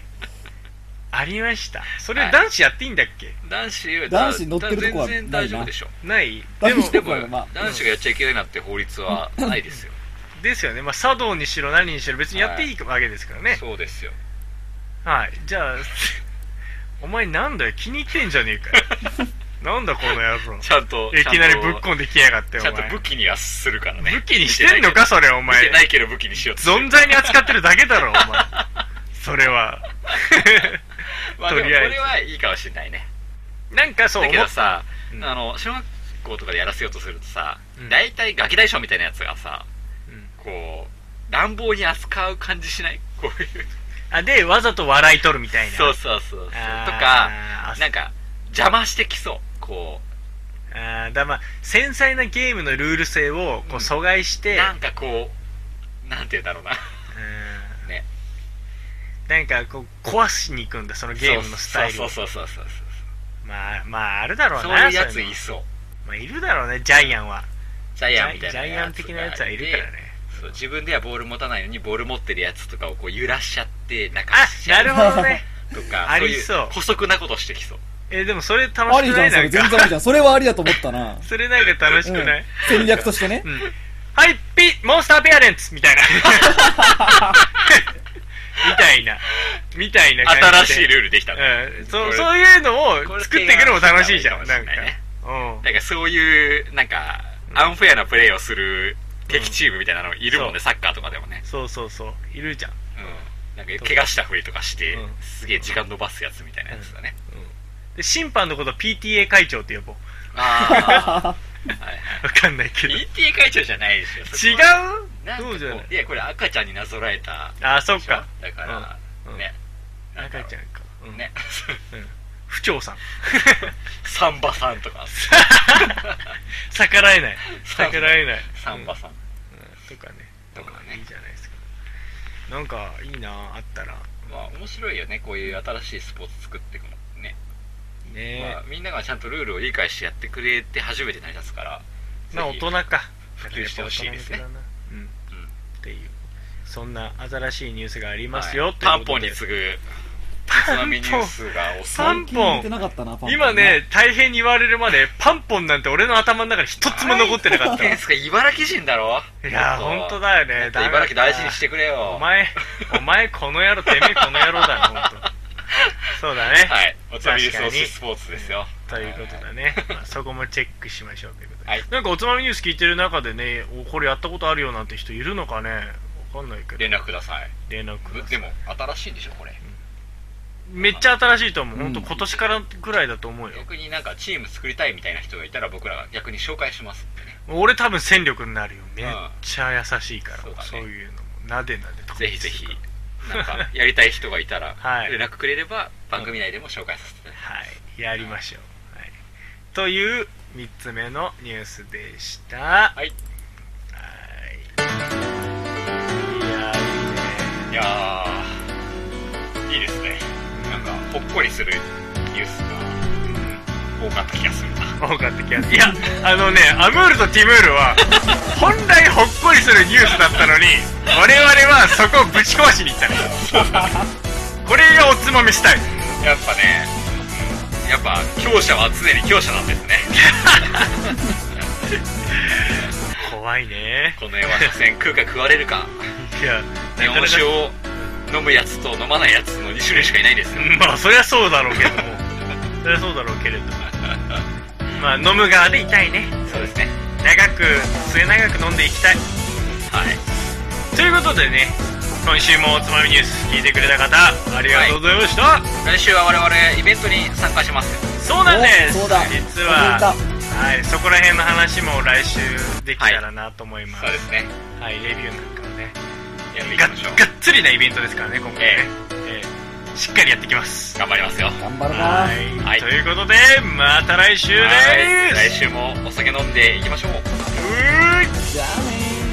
ありましたそれ
はい
男子やっていいんだっけ、
男子
男子乗ってるとこは
全然大丈夫でしょ
ない
で
で
も
も、
でも
まあまあ
男子がやっちゃいけないなって法律はないですよ
ですよね、まあ、茶道にしろ何にしろ別にやっていいわけですからね
そうですよ
はい、じゃあ お前なんだよ気に入ってんじゃねえかよなんだこの野郎
ちゃんと
いきなりぶっ
ん
こんできやがってお
ちゃ
前
んと武器にはするからね
武器にしてんのかそれお
見て
前
ないけど武器にしようとしてる
存在に扱ってるだけだろお前それは
まあで
と
もこ
りあえず
れはいいかもしれ ないね
なんかそう
だ
思っ
けどさ、
うん
あの小学校とかでやらせようとするとさ、
うん
大体ガキ大将みたいなやつがさ、
うん
こう乱暴に扱う感じしない こういう
あでわざと笑い取るみたいな
そうそうそうそうとか
あーあ
なんか邪魔してきそうこ
あーだまあ繊細なゲームのルール性をこう阻害し
う
て、
なんかこうなんて言うんだろうな
うん
ね
なんかこう壊しに行くんだそのゲームのスタイル
そ
を
うそうそうそうそう
まあまああるだろう
そう
な
そういうやつ
そう
い
の
そう
まあ、いるだろうねジャイアンは
ジャイアンみたいな
ジャイアン的なやつはいるからね
そう自分ではボール持たないのにボール持ってるやつとかをこう揺らしちゃってなんか
あ
しちゃ
な
う
るほどね
とか
ありそう
い補足なことしてきそう
えでもそれ楽
あ
し
り
く
じゃ、
なんい
そ
な
れ。
ん
全
か
然ありだ。それはありだと思ったな。
それなんか楽し
う
く
ん
ない、
戦略としてね
う。んはい、ピモンスターペアレンツみ たいな。みたいな。みたいな感
新
じで。
しいルールできたの
うん、そ
こ
う
れ
そういうの
こ
を
れ
作っていくのも楽しいじゃん、
提
な
案
ん
し
か
た方がいいか。
うん
なんかそういうなんかアンフェアなプレーをする敵チームみたいなのいるもんね、
うん
サッカーとかでもね、
そうそうそう、いるじゃん。
うん、なんか怪我したふりとかして、
うん
すげえ時間伸ばすやつみたいなやつだね、
で、審判のこと PTA 会長って呼ぼう。
ああはいは い
わかんないけど。違う
PTA 会長じゃないでしょそれはなんかこ
そうじゃないう
いやこれ赤ちゃんになぞらえた
あ、そ
で
っ
しょ
か。
だから、
うんうん
ね
赤ちゃんか。うん
ね、
不調さん
サンバさんとか
逆らえ ない逆らえない
サンバさん
とかね
とかね
いいじゃないですかなんかいいなあったら
まあ面白いよねこういう新しいスポーツ作っていくのってね、
ね
まあ、みんながちゃんとルールを理解してやってくれて初めて成り立つから
まあ大
ぜひ
人か
普及してほしいですね
やっぱ大人向けだなうん
うん
っていうそんな新しいニュースがあります
は
よ
い
とい
タ
う
ン
こ
ポ
と
ン
で
に次ぐ津波ニュースが遅い
三
最
本
近見てなかったな、パンパン
今ね、大変に言われるまでパンポンなんて俺の頭の中に一つも残ってなかっ
ケン
た
スか茨城人 だろ
いやー
もっと
本当だよね
だって茨城大事にしてくれよ
お前お前この野郎てめえこの野郎だな本当 そうだね
はいおつまみニュース
確かに
推しスポーツですよ
ということだね、まあそこもチェックしましょうということで、
はい
なんかおつまみニュース聞いてる中でねおこれやったことあるよなんて人いるのかねわかんないけど
連絡ください
連絡ください
でも新しいんでしょこれ
めっちゃ新しいと思う、
うん
ほんと今年からぐらいだと思うよ
逆になんかチーム作りたいみたいな人がいたら僕らが逆に紹介しますってね
俺多分戦力になるよめっちゃ優しいから、
そうだね
そういうのもなでなでとか
ぜひぜひなんかやりたい人がいた ら
はい
連絡くれれば番組内でも紹介させていただきま
はいやりましょう、はい、という3つ目のニュースでした
はい
はいいやーいいね
すいやーいいですねなんかほっこりするニュースが多かった気がするな
多かった気がするいやあのねアムールとティムール は本来ほっこりするニュースだったのに我々はそこをぶち壊しに行ったね これがおつまみしたい
やっぱね、うんやっぱ強者は常に強者なんですね。
怖いね
この世は所詮 食うか食われるか、
いや
日本酒を飲むやつと飲まないやつの2種類しかいない んですよ。
まあそりゃそうだろうけどもそりゃそうだろうけれどもまあ飲む側でいたいね
そうですね。
長く末長く飲んでいきたい
はい。
ということでね今週もおつまみニュース聞いてくれた方ありがとうございました、
来週は我々イベントに参加します。
そうなんです
おそうだ
実
忘れ
は
た
はい、そこら辺の話も来週できたらなと思います。
そうですね。
はい、レビューなんかをね、
やってい
が
き
っ
ましょう。
がっつりなイベントですからね、今回ね。ええしっかりやってきます。
頑張りますよ。
頑張るな
はい,、
はい
ということで、また来週で
はい
す
来週もお酒飲んでいきましょう。
うーい
じゃあねー